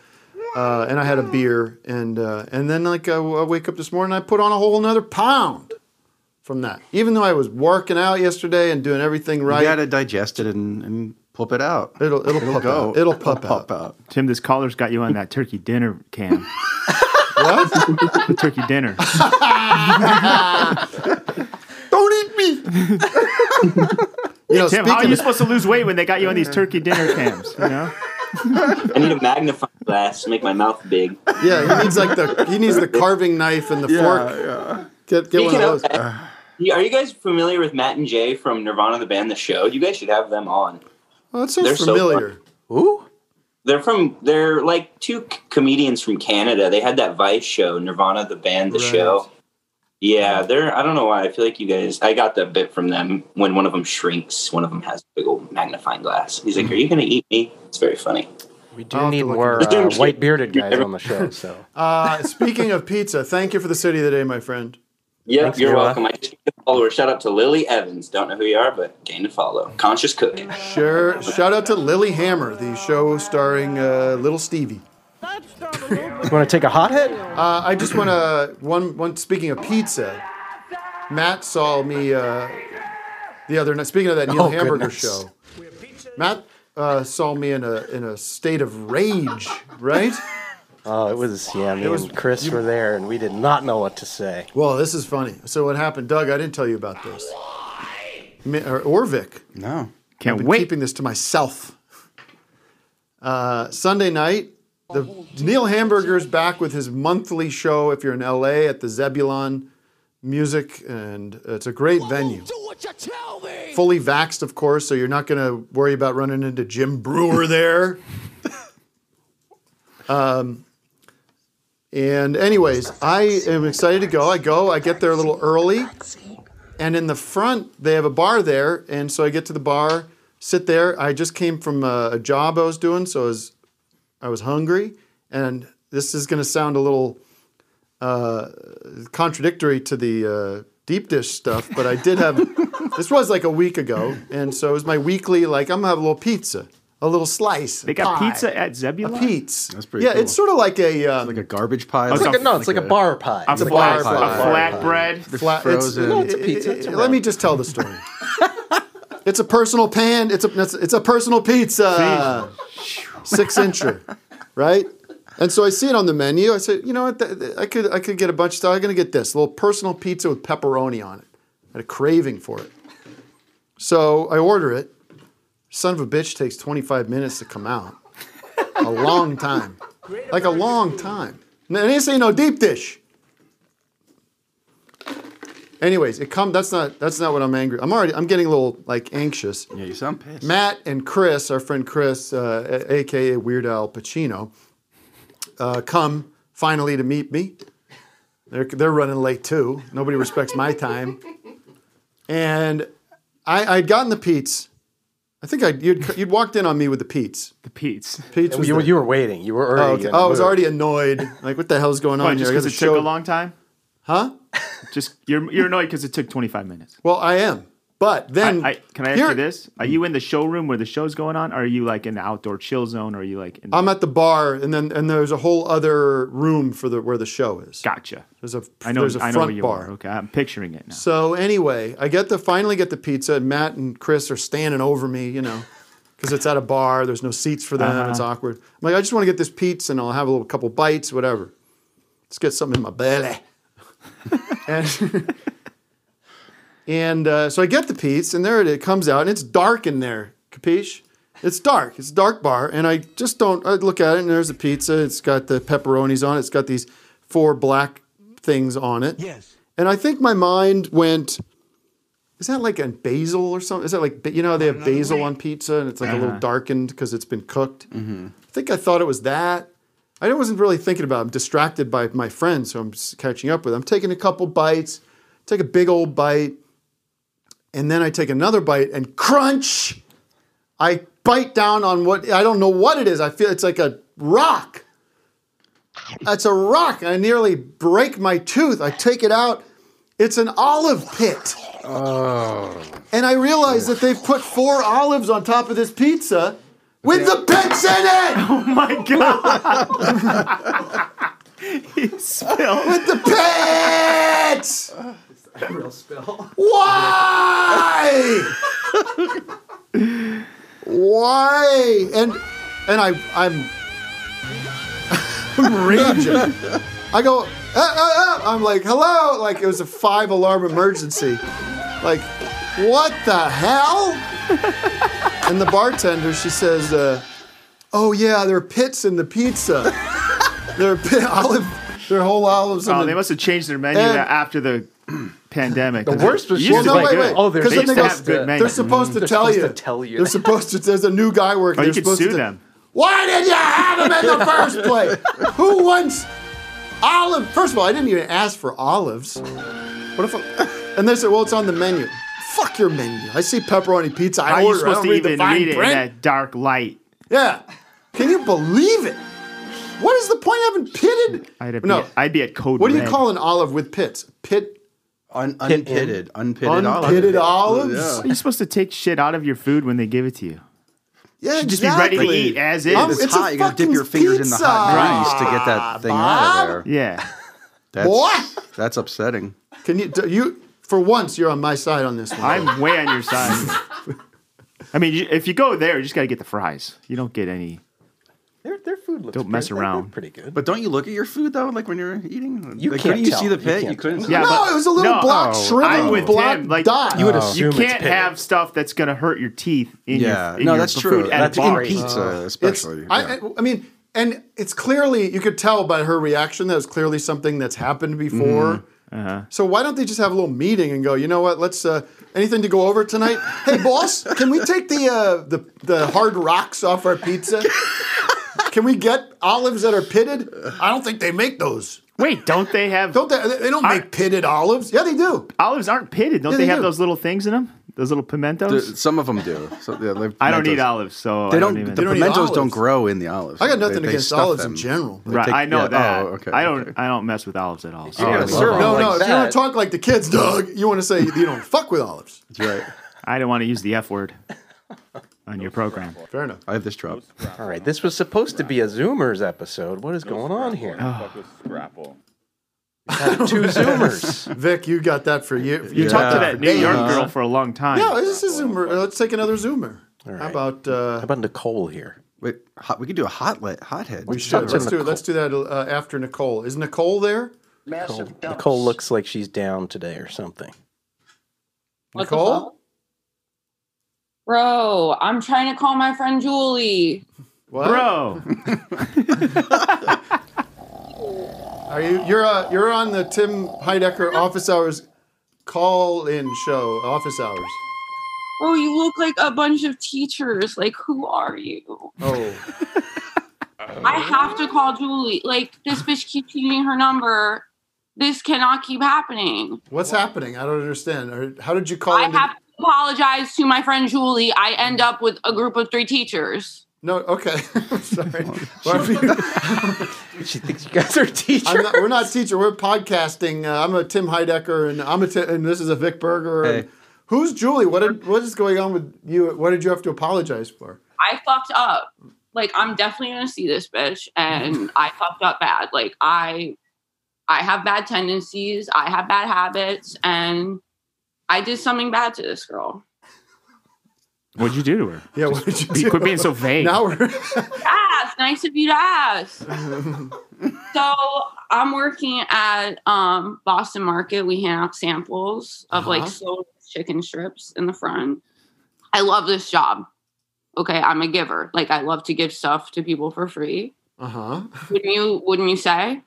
Speaker 2: uh, and I had a beer, and uh, and then like I, I wake up this morning, I put on a whole another pound from that. Even though I was working out yesterday and doing everything right,
Speaker 3: You gotta digest it and, and pulp it out.
Speaker 2: It'll it'll, pup
Speaker 3: go.
Speaker 2: out. It'll pup out.
Speaker 5: Tim, this caller's got you on that turkey dinner cam.
Speaker 2: what?
Speaker 5: The turkey dinner.
Speaker 2: Don't eat me. you know,
Speaker 5: Tim, how are
Speaker 2: speaking
Speaker 5: you
Speaker 2: of-
Speaker 5: supposed to lose weight when they got you on these turkey dinner cams? You know?
Speaker 12: I need a magnifying glass to make my mouth big.
Speaker 2: Yeah, he needs like the he needs the carving knife and the
Speaker 12: Yeah,
Speaker 2: fork. Get get one of
Speaker 12: Speaking
Speaker 2: those.
Speaker 12: of that, Yeah, Are you guys familiar with Matt and Jay from Nirvana the band The Show? You guys should have them on.
Speaker 2: Oh, that's so
Speaker 12: They're so
Speaker 2: familiar.
Speaker 12: Who? They're from they're like two c- comedians from Canada. They had that Vice show, Nirvana the band The
Speaker 2: Right.
Speaker 12: Show. Yeah, they're I don't know why I feel like you guys I got that bit from them when one of them shrinks, one of them has a big old magnifying glass. He's like,
Speaker 2: Hmm.
Speaker 12: "Are you going to eat me?" It's very funny.
Speaker 4: We do need more
Speaker 12: into
Speaker 4: uh,
Speaker 12: it.
Speaker 4: white bearded guys on the show. So
Speaker 2: Uh, speaking of pizza, thank you for the city today, my friend.
Speaker 12: Yep,
Speaker 2: Thanks,
Speaker 12: you're
Speaker 2: Noah.
Speaker 12: welcome. I just gained a follower. Shout out to Lily Evans. Don't know who you are, but gained a follow. Conscious cooking.
Speaker 2: Sure. Shout out to Lily Hammer, the show starring uh, Little Stevie.
Speaker 4: you want to take a hothead?
Speaker 2: Uh, I just want to one one. Speaking of pizza, Matt saw me uh, the other night. Speaking of that Neil
Speaker 4: Oh,
Speaker 2: Hamburger
Speaker 4: goodness.
Speaker 2: show, Matt uh, saw me in a in a state of rage. Right?
Speaker 4: Oh, it was yeah. Me
Speaker 2: It was-
Speaker 4: and Chris were there, and we did not know what to say.
Speaker 2: Well, this is funny. So what happened, Doug? I didn't tell you about this. Mi- Or, or Vic.
Speaker 3: No.
Speaker 2: I've been keeping this to myself. Uh, Sunday night, the Neil Hamburger's back with his monthly show. If you're in LA, at the Zebulon Music, and it's a great venue. Fully vaxxed, of course, so you're not going to worry about running into Jim Brewer there. um, and anyways, I am excited to go. I go. I get there a little early. And in the front, they have a bar there. And so I get to the bar, sit there. I just came from a, a job I was doing, so I was, I was hungry. And this is going to sound a little uh, contradictory to the uh, deep dish stuff, but I did have this was like a week ago. And so it was my weekly, like, I'm going to have a little pizza, a little slice.
Speaker 5: They
Speaker 2: a
Speaker 5: got
Speaker 2: pie.
Speaker 5: pizza at Zebulon.
Speaker 2: A pizza.
Speaker 3: That's
Speaker 2: yeah, it's sort of like a um, like
Speaker 3: a garbage pie.
Speaker 5: It's like a- no, it's like a bar pie. A
Speaker 2: It's a
Speaker 5: flat-
Speaker 2: bar
Speaker 5: a
Speaker 2: pie.
Speaker 5: flatbread.
Speaker 2: Flat-
Speaker 5: They're frozen. No, it's a
Speaker 2: it-
Speaker 5: pizza.
Speaker 2: it-
Speaker 5: It's a
Speaker 2: it-
Speaker 5: wrap.
Speaker 2: let me just tell the story. it's a personal pan. It's a it's, it's a personal pizza, six incher, right? And so I see it on the menu. I said, you know what? Th- th- I could I could get a bunch of stuff. I'm gonna get this little personal pizza with pepperoni on it. I had a craving for it, so I order it. Son of a bitch takes 25 minutes to come out. a long time, like a long time. And this ain't no deep dish. Anyways, it come. That's not. That's not what I'm angry. I'm already. I'm getting a little like anxious.
Speaker 3: Yeah, you sound pissed.
Speaker 2: Matt and Chris, our friend Chris, uh, a- aka Weird Al Pacino, uh, come finally to meet me. They're they're running late too. Nobody respects my time. And I, I'd gotten the Pete's. I think I you'd you'd walked in on me with the Pete's. The
Speaker 5: Pete's.
Speaker 2: Pete's. Was
Speaker 4: you,
Speaker 2: there.
Speaker 4: you were waiting. You were
Speaker 2: Oh,
Speaker 4: already.
Speaker 2: okay.
Speaker 4: in the
Speaker 2: Oh, I was
Speaker 4: mood.
Speaker 2: already annoyed. Like, what the hell's going on
Speaker 5: Why,
Speaker 2: here? I
Speaker 5: just because
Speaker 2: gotta
Speaker 5: it took
Speaker 2: show-
Speaker 5: a long time?
Speaker 2: Huh?
Speaker 5: Just you're you're annoyed because it took 25 minutes.
Speaker 2: Well, I am. But then
Speaker 5: I, can I ask you this? Are you in the showroom where the show's going on? Or are you like in the outdoor chill zone? Or are you like in the,
Speaker 2: I'm at the bar, and then and there's a whole other room for the where the show is.
Speaker 5: Gotcha.
Speaker 2: There's a
Speaker 5: I know
Speaker 2: there's a
Speaker 5: I
Speaker 2: front
Speaker 5: know where you
Speaker 2: bar.
Speaker 5: are. Okay, I'm picturing it now.
Speaker 2: So anyway, I get to finally get the pizza, and Matt and Chris are standing over me, you know, because it's at a bar. There's no seats for them. It's
Speaker 5: Uh-huh.
Speaker 2: awkward. I'm like, I just want to get this pizza, and I'll have a little couple bites, whatever. Let's get something in my belly. and and uh, so I get the pizza, and there it, it comes out, and it's dark in there. Capiche? It's dark. It's a dark bar, and I just don't. I look at it, and there's the pizza. It's got the pepperonis on it. It's got these four black things on it. Yes. And I think my mind went. Is that like a basil or something? Is that like ba- you know how they have basil on pizza and it's like a
Speaker 3: Uh-huh.
Speaker 2: little darkened because it's been cooked? I think I thought it was that. I wasn't really thinking about. It. I'm distracted by my friends, so I'm s- catching up with. them. I'm taking a couple bites, take a big old bite, and then I take another bite and crunch. I bite down on what I don't know what it is. I feel it's like a rock. It's a rock. I nearly break my tooth. I take it out. It's an olive pit.
Speaker 3: Oh.
Speaker 2: And I realize that they've put four olives on top of this pizza with the pits in it. Oh
Speaker 5: my god! he spilled
Speaker 2: with the pits.
Speaker 3: Real spell.
Speaker 2: Why? Why? And and I I'm I'm raging. I go, uh, uh, uh. I'm like, hello, like it was a five alarm emergency. Like, what the hell? and the bartender, she says, uh, oh yeah, there are pits in the pizza. there are pit olive, there are whole olives. in
Speaker 5: Oh,
Speaker 2: the-
Speaker 5: they must have changed their menu
Speaker 2: And-
Speaker 5: after the pandemic.
Speaker 2: The worst was
Speaker 5: used
Speaker 2: well,
Speaker 5: to
Speaker 2: no,
Speaker 5: play
Speaker 2: wait,
Speaker 5: good.
Speaker 2: wait.
Speaker 5: Oh, they're,
Speaker 2: 'Cause
Speaker 5: they
Speaker 2: then
Speaker 5: used
Speaker 2: go-
Speaker 5: to have good men.
Speaker 2: They're supposed to
Speaker 4: They're
Speaker 2: tell
Speaker 4: supposed
Speaker 2: you.
Speaker 4: to tell you
Speaker 2: They're
Speaker 4: that.
Speaker 2: supposed to. There's a new guy working.
Speaker 5: Oh, you
Speaker 2: they're
Speaker 5: could
Speaker 2: supposed
Speaker 5: sue
Speaker 2: to,
Speaker 5: them.
Speaker 2: Why did you have him in the first place? Who wants olive? First of all, I didn't even ask for olives. What if? I, and they said, "Well, it's on the menu." Fuck your menu. I see pepperoni pizza. I
Speaker 5: How are you
Speaker 2: order. I
Speaker 5: supposed
Speaker 2: don't
Speaker 5: to
Speaker 2: read the
Speaker 5: even
Speaker 2: fine
Speaker 5: read it in
Speaker 2: print.
Speaker 5: that dark light?
Speaker 2: Yeah. Can you believe it? What is the point of having pitted?
Speaker 5: I'd be,
Speaker 2: No.
Speaker 5: I'd be at code.
Speaker 2: What do you
Speaker 5: red.
Speaker 2: call an olive with pits? Pit.
Speaker 3: Un-
Speaker 2: Pit
Speaker 3: unpitted,
Speaker 2: in.
Speaker 3: unpitted, olive.
Speaker 2: Unpitted olives.
Speaker 5: Are you supposed to take shit out of your food when they give it to you?
Speaker 2: Yeah,
Speaker 5: Should just be ready to
Speaker 2: exactly.
Speaker 5: eat as is.
Speaker 2: Um,
Speaker 3: It's,
Speaker 2: it's a
Speaker 3: hot. You gotta dip
Speaker 2: fucking
Speaker 3: your fingers in the hot grease to get that thing out of there.
Speaker 5: Yeah.
Speaker 3: That's,
Speaker 2: Boy!
Speaker 3: That's upsetting.
Speaker 2: Can you do you for once you're on my side on this one.
Speaker 5: I'm way on your side. I mean, you- if you go there, you just got to get the fries. You don't get any.
Speaker 4: Their, their food looks
Speaker 5: Don't mess
Speaker 4: good. They're- they're
Speaker 5: around.
Speaker 4: pretty good.
Speaker 3: But don't you look at your food though, like when you're eating?
Speaker 4: You
Speaker 3: like,
Speaker 4: can't
Speaker 3: couldn't you
Speaker 4: tell.
Speaker 3: see the
Speaker 4: You
Speaker 3: pit?
Speaker 4: can't
Speaker 3: You couldn't.
Speaker 4: tell.
Speaker 5: Yeah,
Speaker 2: no,
Speaker 5: but-
Speaker 2: it was a little
Speaker 5: no.
Speaker 2: block
Speaker 3: Oh,
Speaker 2: shriveled,
Speaker 5: I'm with
Speaker 2: block
Speaker 5: Tim. Like
Speaker 2: dot.
Speaker 4: You would
Speaker 5: you
Speaker 4: assume it's
Speaker 5: can't
Speaker 4: pit.
Speaker 5: have stuff that's going to hurt your teeth in
Speaker 3: yeah,
Speaker 5: your in
Speaker 3: no,
Speaker 5: your
Speaker 3: that's
Speaker 5: food
Speaker 3: true.
Speaker 5: at
Speaker 3: That's
Speaker 5: a Uh,
Speaker 3: in
Speaker 5: bar.
Speaker 3: pizza,
Speaker 2: It's,
Speaker 3: especially.
Speaker 2: I, I I mean, and it's clearly you could tell by her reaction that it's clearly something that's happened
Speaker 3: Mm-hmm.
Speaker 2: before. So why don't they just have a little meeting and go? You know what? Let's uh, anything to go over tonight. hey, boss, can we take the uh, the the hard rocks off our pizza? Can we get olives that are pitted? I don't think they make those.
Speaker 5: Wait, don't they have
Speaker 2: Don't they? They don't
Speaker 5: I-
Speaker 2: make pitted olives. Yeah, they do.
Speaker 5: olives? Aren't pitted? Don't
Speaker 2: Yeah,
Speaker 5: they,
Speaker 2: they
Speaker 5: have
Speaker 2: do.
Speaker 5: those little things in them? Those little
Speaker 3: There-
Speaker 5: pimentos?
Speaker 3: some of them do. So, yeah, like
Speaker 5: I don't
Speaker 3: pimentos.
Speaker 5: eat olives, so
Speaker 3: They
Speaker 5: I don't,
Speaker 3: don't.
Speaker 5: even.
Speaker 3: the
Speaker 2: They don't eat
Speaker 3: pimentos
Speaker 2: olives.
Speaker 3: don't grow in the olives.
Speaker 2: I got nothing
Speaker 3: They- they
Speaker 2: against
Speaker 3: stuff
Speaker 2: olives
Speaker 3: them.
Speaker 2: in general.
Speaker 3: They
Speaker 5: right,
Speaker 3: take-
Speaker 5: I know
Speaker 3: yeah,
Speaker 5: that.
Speaker 3: Oh, okay.
Speaker 5: I don't.
Speaker 3: okay.
Speaker 5: I don't mess with olives at all. So
Speaker 3: gotta
Speaker 5: I,
Speaker 3: serve them
Speaker 5: don't-
Speaker 2: No,
Speaker 3: like
Speaker 2: no, if you don't
Speaker 4: that.
Speaker 2: talk like the kids, Doug. You want to say you don't fuck with olives.
Speaker 3: That's right.
Speaker 5: I don't want to use the f word on your program.
Speaker 2: Fair enough.
Speaker 3: I have this drop.
Speaker 4: All right, this was supposed to be a Zoomers episode. What is going on here? Two Zoomers.
Speaker 2: Vic, you got that for you.
Speaker 5: You
Speaker 2: you
Speaker 5: talked
Speaker 2: got
Speaker 5: to that New
Speaker 2: for days.
Speaker 5: York girl for a long time.
Speaker 2: Yeah, this is a Zoomer. uh, Let's take another Zoomer.
Speaker 4: All right.
Speaker 2: How about uh,
Speaker 4: How about Nicole here?
Speaker 3: Wait, hot, we could do a hot lit, hothead.
Speaker 2: we should
Speaker 4: to
Speaker 2: let's do
Speaker 4: Nicole.
Speaker 2: let's do that uh, after Nicole. Is Nicole there?
Speaker 4: Nicole, Nicole looks like she's down today or something.
Speaker 2: Nicole,
Speaker 13: Bro, I'm trying to call my friend Julie.
Speaker 2: what?
Speaker 5: Bro,
Speaker 2: are you you're uh, you're on the Tim Heidecker Office Hours call in show? Office Hours.
Speaker 13: Oh, you look like a bunch of teachers. Like, who are you?
Speaker 2: Oh,
Speaker 13: I have to call Julie. Like, this bitch keeps using her number. This cannot keep happening.
Speaker 2: what's happening? I don't understand. Or How did you call?
Speaker 13: I
Speaker 2: into-
Speaker 13: have to apologize to my friend Julie. I end up with a group of three teachers.
Speaker 2: no, okay. Sorry.
Speaker 13: Oh,
Speaker 2: Why are you-
Speaker 4: She thinks you guys are teachers.
Speaker 2: I'm not, we're not teacher. We're podcasting. Uh, I'm a Tim Heidecker, and I'm a Ti- and this is a Vic Berger. and-
Speaker 3: Hey.
Speaker 2: Who's Julie? What did, what is going on with you? What did you have to apologize for?
Speaker 13: I fucked up. Like, I'm definitely gonna see this bitch, and I fucked up bad. Like, I, I have bad tendencies. I have bad habits, and I did something bad to this girl.
Speaker 5: what'd you do to her?
Speaker 2: Yeah, what did you
Speaker 5: Be-
Speaker 2: do?
Speaker 5: Quit being so vague.
Speaker 2: Now we're
Speaker 13: ask. Nice of you to ask. so I'm working at um, Boston Market. We hand out samples of like
Speaker 2: Uh-huh.
Speaker 13: slow chicken strips in the front. I love this job. Okay, I'm a giver. Like I love to give stuff to people for free.
Speaker 2: uh huh.
Speaker 13: Wouldn't you? Wouldn't you say?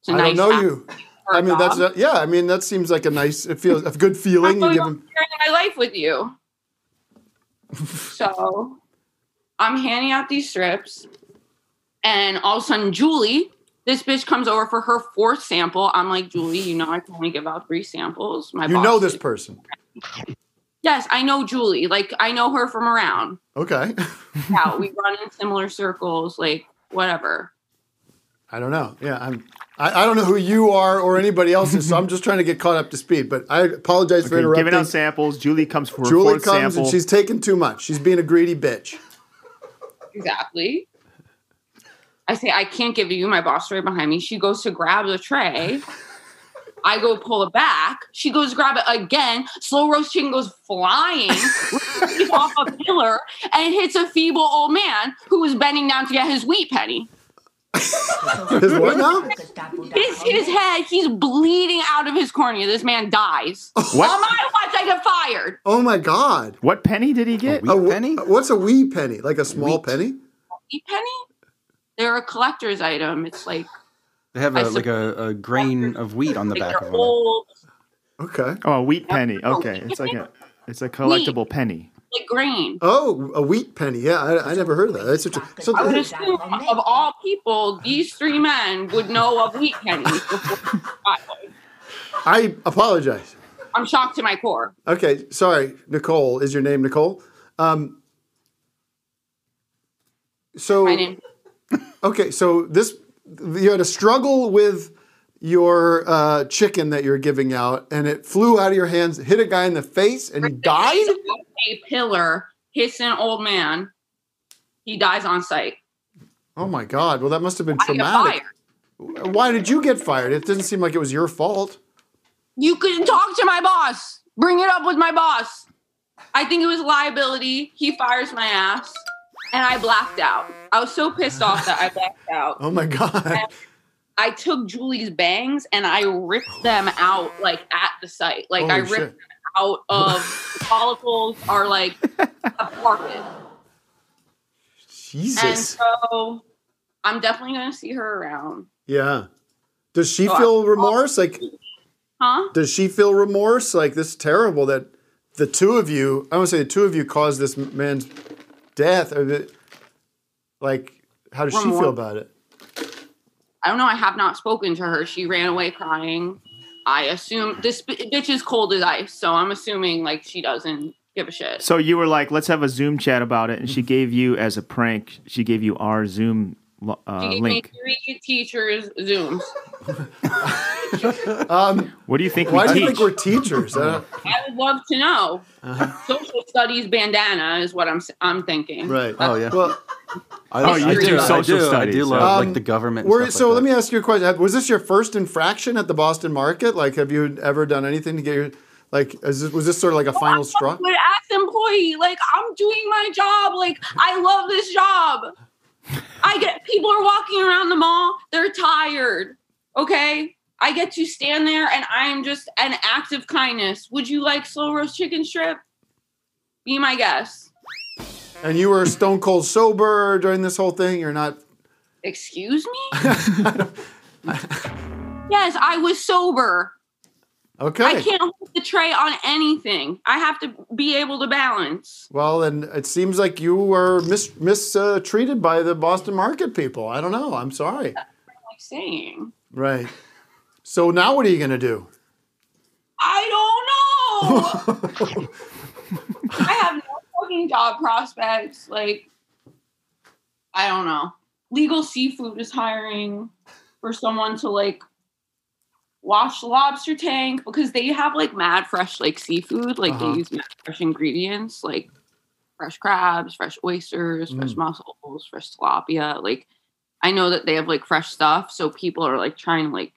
Speaker 13: It's a
Speaker 2: I don't
Speaker 13: nice
Speaker 2: know
Speaker 13: act
Speaker 2: you.
Speaker 13: for a
Speaker 2: I mean, that's
Speaker 13: job.
Speaker 2: a, yeah. I mean, that seems like a nice. It feels a good feeling.
Speaker 13: I'm going
Speaker 2: You give
Speaker 13: on
Speaker 2: him.
Speaker 13: sharing my life with you. so I'm handing out these strips, and all of a sudden, Julie, this bitch comes over for her fourth sample. I'm like, Julie, you know I can only give out three samples. My
Speaker 2: You
Speaker 13: boss
Speaker 2: know this
Speaker 13: is-
Speaker 2: person.
Speaker 13: Yes, I know Julie. Like I know her from around.
Speaker 2: Okay.
Speaker 13: Yeah, we run in similar circles. Like whatever.
Speaker 2: I don't know. Yeah, I'm. I, I don't know who you are or anybody else is, so I'm just trying to get caught up to speed. But I apologize for
Speaker 5: Okay,
Speaker 2: interrupting.
Speaker 5: giving out samples. Julie comes for her
Speaker 2: Julie
Speaker 5: fourth
Speaker 2: comes
Speaker 5: sample.
Speaker 2: and she's taking too much. She's being a greedy bitch.
Speaker 13: Exactly. I say, I can't give you my boss right behind me. She goes to grab the tray. I go pull it back. She goes to grab it again. Slow roast chicken goes flying ricochets off a pillar and hits a feeble old man who was bending down to get his wheat penny.
Speaker 2: His what now?
Speaker 13: Hits his head. He's bleeding out of his cornea. This man dies.
Speaker 5: What?
Speaker 13: On my watch, I get fired.
Speaker 2: Oh my god.
Speaker 5: what penny did he get?
Speaker 3: wheat
Speaker 2: A wh-
Speaker 3: penny?
Speaker 2: What's a wee penny? Like a small penny?
Speaker 13: Wheat penny? They're a collector's item. It's like
Speaker 3: They have
Speaker 13: I
Speaker 3: a, like a, a grain of wheat on the
Speaker 13: like
Speaker 3: back
Speaker 13: they're
Speaker 3: of them.
Speaker 13: old.
Speaker 2: Okay.
Speaker 5: Oh, a wheat penny. Okay, it's like a it's a collectible penny.
Speaker 13: Like green.
Speaker 2: Oh, a wheat penny. Yeah, I, I never heard of that. That's such a, so
Speaker 13: I would assume of all people, these three men would know of wheat pennies. Before
Speaker 2: I apologize.
Speaker 13: I'm shocked to my core.
Speaker 2: Okay, sorry, Nicole. Is your name Nicole? Um, so
Speaker 13: My name.
Speaker 2: okay, so this you had a struggle with your uh, chicken that you're giving out, and it flew out of your hands, hit a guy in the face, and he died.
Speaker 13: A pillar hits an old man. He dies on sight.
Speaker 2: Oh my God! Well, that must have been
Speaker 13: I get
Speaker 2: traumatic. Why did you get fired? It didn't seem like it was your fault.
Speaker 13: You couldn't talk to my boss. Bring it up with my boss. I think it was liability. He fires my ass. And I blacked out. I was so pissed off that I blacked out.
Speaker 2: Oh my God!
Speaker 13: I took Julie's bangs and I ripped them out like at the site. Like I
Speaker 2: Holy
Speaker 13: ripped
Speaker 2: shit.
Speaker 13: them out of follicles are like apartment. And
Speaker 2: Jesus.
Speaker 13: so I'm definitely gonna see her around.
Speaker 2: yeah. Does she
Speaker 13: Oh, I-
Speaker 2: feel remorse? Like,
Speaker 13: Huh?
Speaker 2: does she feel remorse? Like, this is terrible that the two of you, I don't want to say the two of you caused this m- man's death. Or the, like, how does she
Speaker 13: Remorse.
Speaker 2: feel about it?
Speaker 13: I don't know. I have not spoken to her. She ran away crying. I assume this b- bitch is cold as ice, so I'm assuming like she doesn't give a shit.
Speaker 5: So you were like, let's have a Zoom chat about it, and she gave you as a prank. She gave you our Zoom lo-
Speaker 13: she
Speaker 5: uh,
Speaker 13: gave
Speaker 5: link.
Speaker 13: me three teachers zooms.
Speaker 2: Um,
Speaker 5: what do you think?
Speaker 2: Why
Speaker 5: we
Speaker 2: do you
Speaker 5: teach?
Speaker 2: think we're teachers? I don't-
Speaker 13: I would love to know.
Speaker 2: Uh-huh.
Speaker 13: Social studies bandana is what I'm s- I'm thinking.
Speaker 2: Right.
Speaker 3: Oh yeah.
Speaker 2: Well,
Speaker 3: I,
Speaker 5: Oh, you do social
Speaker 3: I do, I do
Speaker 5: studies,
Speaker 3: love
Speaker 5: yeah.
Speaker 3: like the government.
Speaker 2: Um, Were-
Speaker 3: and stuff
Speaker 2: so
Speaker 3: like
Speaker 2: let me ask you a question. Was this your first infraction at the Boston market? Like, have you ever done anything to get your, like, is this, was this sort of like a final straw?
Speaker 13: But as employee, like I'm doing my job. Like I love this job. I get people are walking around the mall. They're tired. Okay. I get to stand there and I am just an act of kindness. Would you like slow roast chicken strip? Be my guest.
Speaker 2: And you were stone cold sober during this whole thing. You're not.
Speaker 13: Excuse me? yes, I was sober.
Speaker 2: Okay.
Speaker 13: I can't hold the tray on anything. I have to be able to balance.
Speaker 2: Well, and it seems like you were mis mistreated by the Boston market people. I don't know. I'm sorry.
Speaker 13: Like saying,
Speaker 2: Right. So now what are you going to do?
Speaker 13: I don't know. I have no fucking job prospects. Like, I don't know. Legal Seafood is hiring for someone to like wash the lobster tank because they have like mad fresh like seafood. Like
Speaker 2: Uh-huh.
Speaker 13: they use mad fresh ingredients like fresh crabs, fresh oysters, fresh
Speaker 2: Mm.
Speaker 13: mussels, fresh tilapia. Like I know that they have like fresh stuff, so people are like trying to like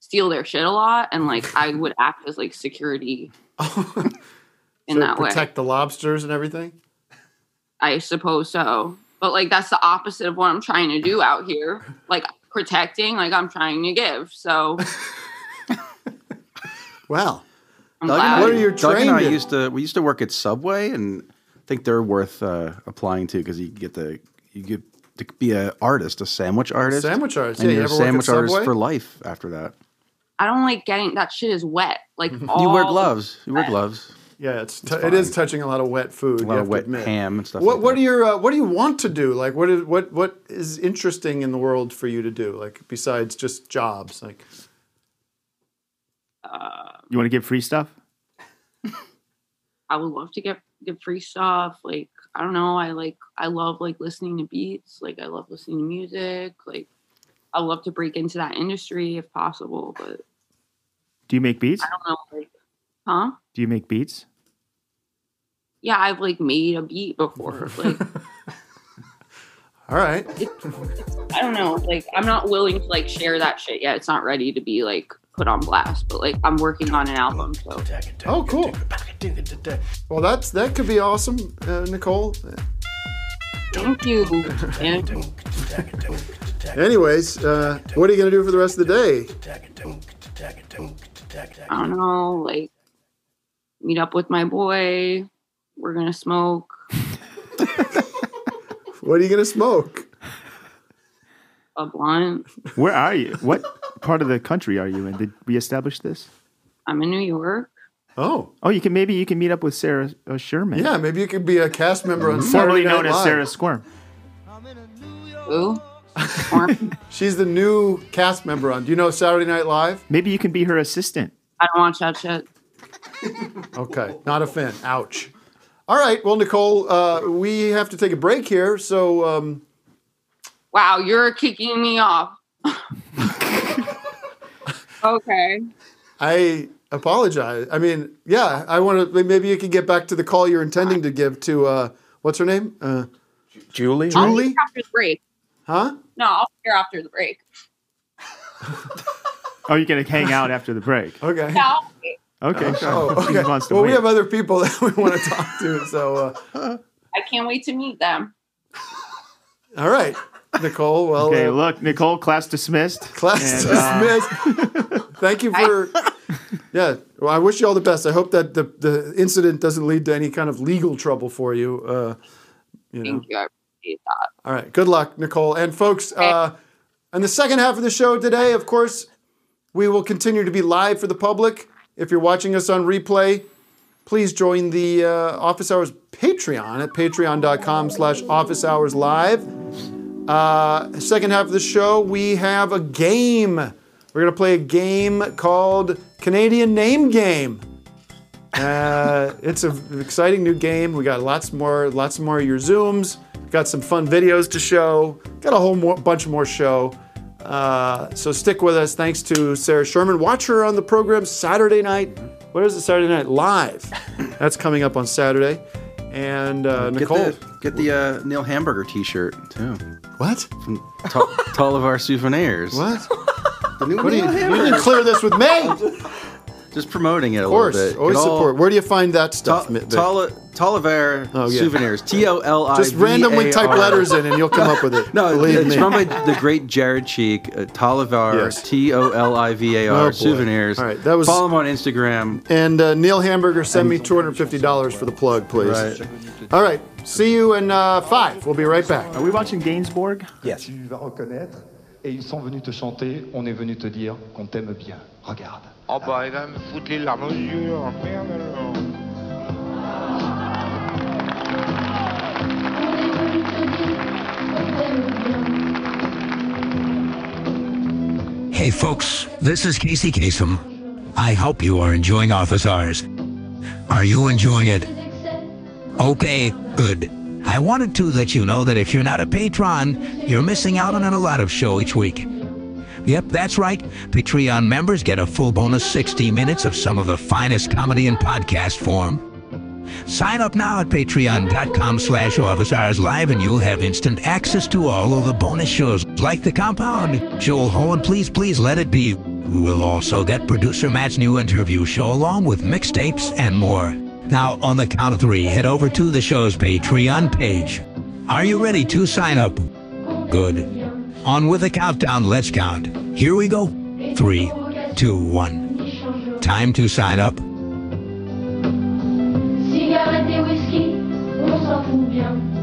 Speaker 13: steal their shit a lot, and like I would act as like security in
Speaker 2: So
Speaker 13: that way.
Speaker 2: protect the lobsters and everything?
Speaker 13: I suppose so. But like that's the opposite of what I'm trying to do out here. Like protecting, like I'm trying to give. So
Speaker 2: Wow.
Speaker 13: I'm
Speaker 3: Doug
Speaker 13: glad.
Speaker 3: and I-
Speaker 2: What are
Speaker 3: Doug
Speaker 2: you
Speaker 3: and
Speaker 2: trained
Speaker 3: I
Speaker 2: in?
Speaker 3: used to we used to work at Subway, and I think they're worth uh, applying to because you get the you get to be an artist, a sandwich artist,
Speaker 2: Sandwich artist.
Speaker 3: and
Speaker 2: Yeah, you
Speaker 3: you're a
Speaker 2: ever work at
Speaker 3: sandwich artist
Speaker 2: Subway?
Speaker 3: for life after that.
Speaker 13: I don't like getting that shit is wet. Like all
Speaker 3: you wear gloves. You wear gloves.
Speaker 2: Yeah, it's, t- it is touching a lot of wet food.
Speaker 3: A
Speaker 2: you
Speaker 3: lot
Speaker 2: have
Speaker 3: of
Speaker 2: to
Speaker 3: wet
Speaker 2: admit.
Speaker 3: ham and stuff.
Speaker 2: What
Speaker 3: like
Speaker 2: what do your uh, what do you want to do? Like what is what what is interesting in the world for you to do? Like besides just jobs, like
Speaker 5: You want to give free stuff?
Speaker 13: I would love to get get free stuff. Like I don't know. I like I love like listening to beats. Like I love listening to music. Like I love to break into that industry if possible. But
Speaker 5: Do you make beats?
Speaker 13: I don't know. Like, huh?
Speaker 5: Do you make beats?
Speaker 13: Yeah, I've like made a beat before. Like
Speaker 2: all right,
Speaker 13: I don't know. Like, I'm not willing to like share that shit yet. It's not ready to be like put on blast. But like, I'm working on an album. So
Speaker 2: oh cool. Well, that's that could be awesome, uh, Nicole.
Speaker 13: thank you. And
Speaker 2: Anyways, uh, what are you gonna do for the rest of the day?
Speaker 13: I don't know. Like, meet up with my boy. We're gonna smoke.
Speaker 2: What are you gonna smoke?
Speaker 13: A blunt.
Speaker 5: Where are you? What part of the country are you in? Did we establish this?
Speaker 13: I'm in New York.
Speaker 2: Oh.
Speaker 5: Oh, you can maybe you can meet up with Sarah uh, Sherman.
Speaker 2: Yeah, maybe you could be a cast member
Speaker 3: Mm-hmm.
Speaker 2: on
Speaker 5: Formerly
Speaker 2: Saturday
Speaker 5: known
Speaker 2: Night
Speaker 5: as
Speaker 2: Live.
Speaker 5: Sarah Squirm.
Speaker 13: Ooh.
Speaker 2: She's the new cast member on. Do you know Saturday Night Live?
Speaker 5: Maybe you can be her assistant.
Speaker 13: I don't watch that shit.
Speaker 2: Okay, not a fan. Ouch. All right. Well, Nicole, uh, we have to take a break here. So, um,
Speaker 13: Wow, you're kicking me off. okay.
Speaker 2: I apologize. I mean, yeah, I want to. Maybe you could get back to the call you're intending to give to uh, what's her name? Uh,
Speaker 4: Julie.
Speaker 13: I'll
Speaker 2: Julie,
Speaker 13: hear After the break.
Speaker 2: huh?
Speaker 13: No, I'll hear after the break.
Speaker 5: Oh, you're gonna hang out after the break.
Speaker 2: Okay.
Speaker 13: Yeah, I'll wait.
Speaker 5: Okay.
Speaker 2: Oh,
Speaker 5: She
Speaker 2: okay.
Speaker 5: wants to
Speaker 2: Well, we
Speaker 5: wait.
Speaker 2: have other people that we want to talk to. So,
Speaker 13: I can't wait to meet them.
Speaker 2: uh, all right, Nicole. Well,
Speaker 5: Okay,
Speaker 2: uh,
Speaker 5: look, Nicole, class dismissed.
Speaker 2: Class
Speaker 5: And, uh,
Speaker 2: dismissed. Thank you for. yeah, well, I wish you all the best. I hope that the, the incident doesn't lead to any kind of legal trouble for you. Uh, you know.
Speaker 13: Thank you. I appreciate that.
Speaker 2: All right. Good luck, Nicole. And folks, uh, in the second half of the show today, of course, we will continue to be live for the public. If you're watching us on replay, please join the uh, Office Hours Patreon at patreon.com slash office hours live. Uh, second half of the show, we have a game. We're going to play a game called Canadian Name Game. Uh, it's an exciting new game. We got lots more, lots more of your zooms. Got some fun videos to show. Got a whole more, bunch more show. Uh, so stick with us. Thanks to Sarah Sherman. Watch her on the program Saturday night. What is it? Saturday night live. That's coming up on Saturday. And uh,
Speaker 3: Get
Speaker 2: Nicole.
Speaker 3: the, get the uh, Neil Hamburger T-shirt too.
Speaker 2: What?
Speaker 3: From to, to all of our souvenirs.
Speaker 2: What?
Speaker 3: The new
Speaker 2: What do you,
Speaker 3: Neil
Speaker 2: you
Speaker 3: Hamburger.
Speaker 2: didn't clear this with me.
Speaker 3: Just promoting it a
Speaker 2: Of course,
Speaker 3: little bit.
Speaker 2: always
Speaker 3: Get all-
Speaker 2: support. Where do you find that stuff?
Speaker 3: Ta-
Speaker 2: Mi- Vic?
Speaker 3: Tala- Talavera
Speaker 2: Oh, yeah.
Speaker 3: souvenirs. T O L I.
Speaker 2: Just randomly type letters in, and you'll come up with it.
Speaker 3: No,
Speaker 2: believe
Speaker 3: it's
Speaker 2: me.
Speaker 3: run by the great Jared Cheek. Uh, Tolivar,
Speaker 2: Yes.
Speaker 3: T O L I V A
Speaker 2: Oh, boy.
Speaker 3: R souvenirs.
Speaker 2: All right, that was-
Speaker 3: follow him on Instagram.
Speaker 2: And uh, Neil Hamburger, send me two hundred fifty dollars for the plug, please.
Speaker 3: Right.
Speaker 2: All right. See you in uh, five. We'll be right back.
Speaker 5: Are we watching Gainsbourg?
Speaker 4: Yes.
Speaker 14: Tu vas reconnaître. Et ils sont venus te chanter, on est venu te dire qu'on t'aime bien. Regarde.
Speaker 11: Oh bah, il va me foutre les larmes aux yeux. Merde alors.
Speaker 15: Hey folks, this is Casey Kasem. I hope you are enjoying Office Hours. Are you enjoying it? Okay, good. I wanted to let you know that if you're not a patron, you're missing out on a lot of show each week. Yep, that's right. Patreon members get a full bonus 60 minutes of some of the finest comedy in podcast form. Sign up now at patreon.com slash office hours live and you'll have instant access to all of the bonus shows like The Compound, Joel Hohen, Please Please Let It Be. We will also get producer Matt's new interview show along with mixtapes and more. Now, on the count of three, head over to the show's Patreon page. Are you ready to sign up? Good. On with the countdown, let's count. Here we go. Three, two, one. Time to sign up.
Speaker 16: Cigarette et whisky, on s'en fout bien.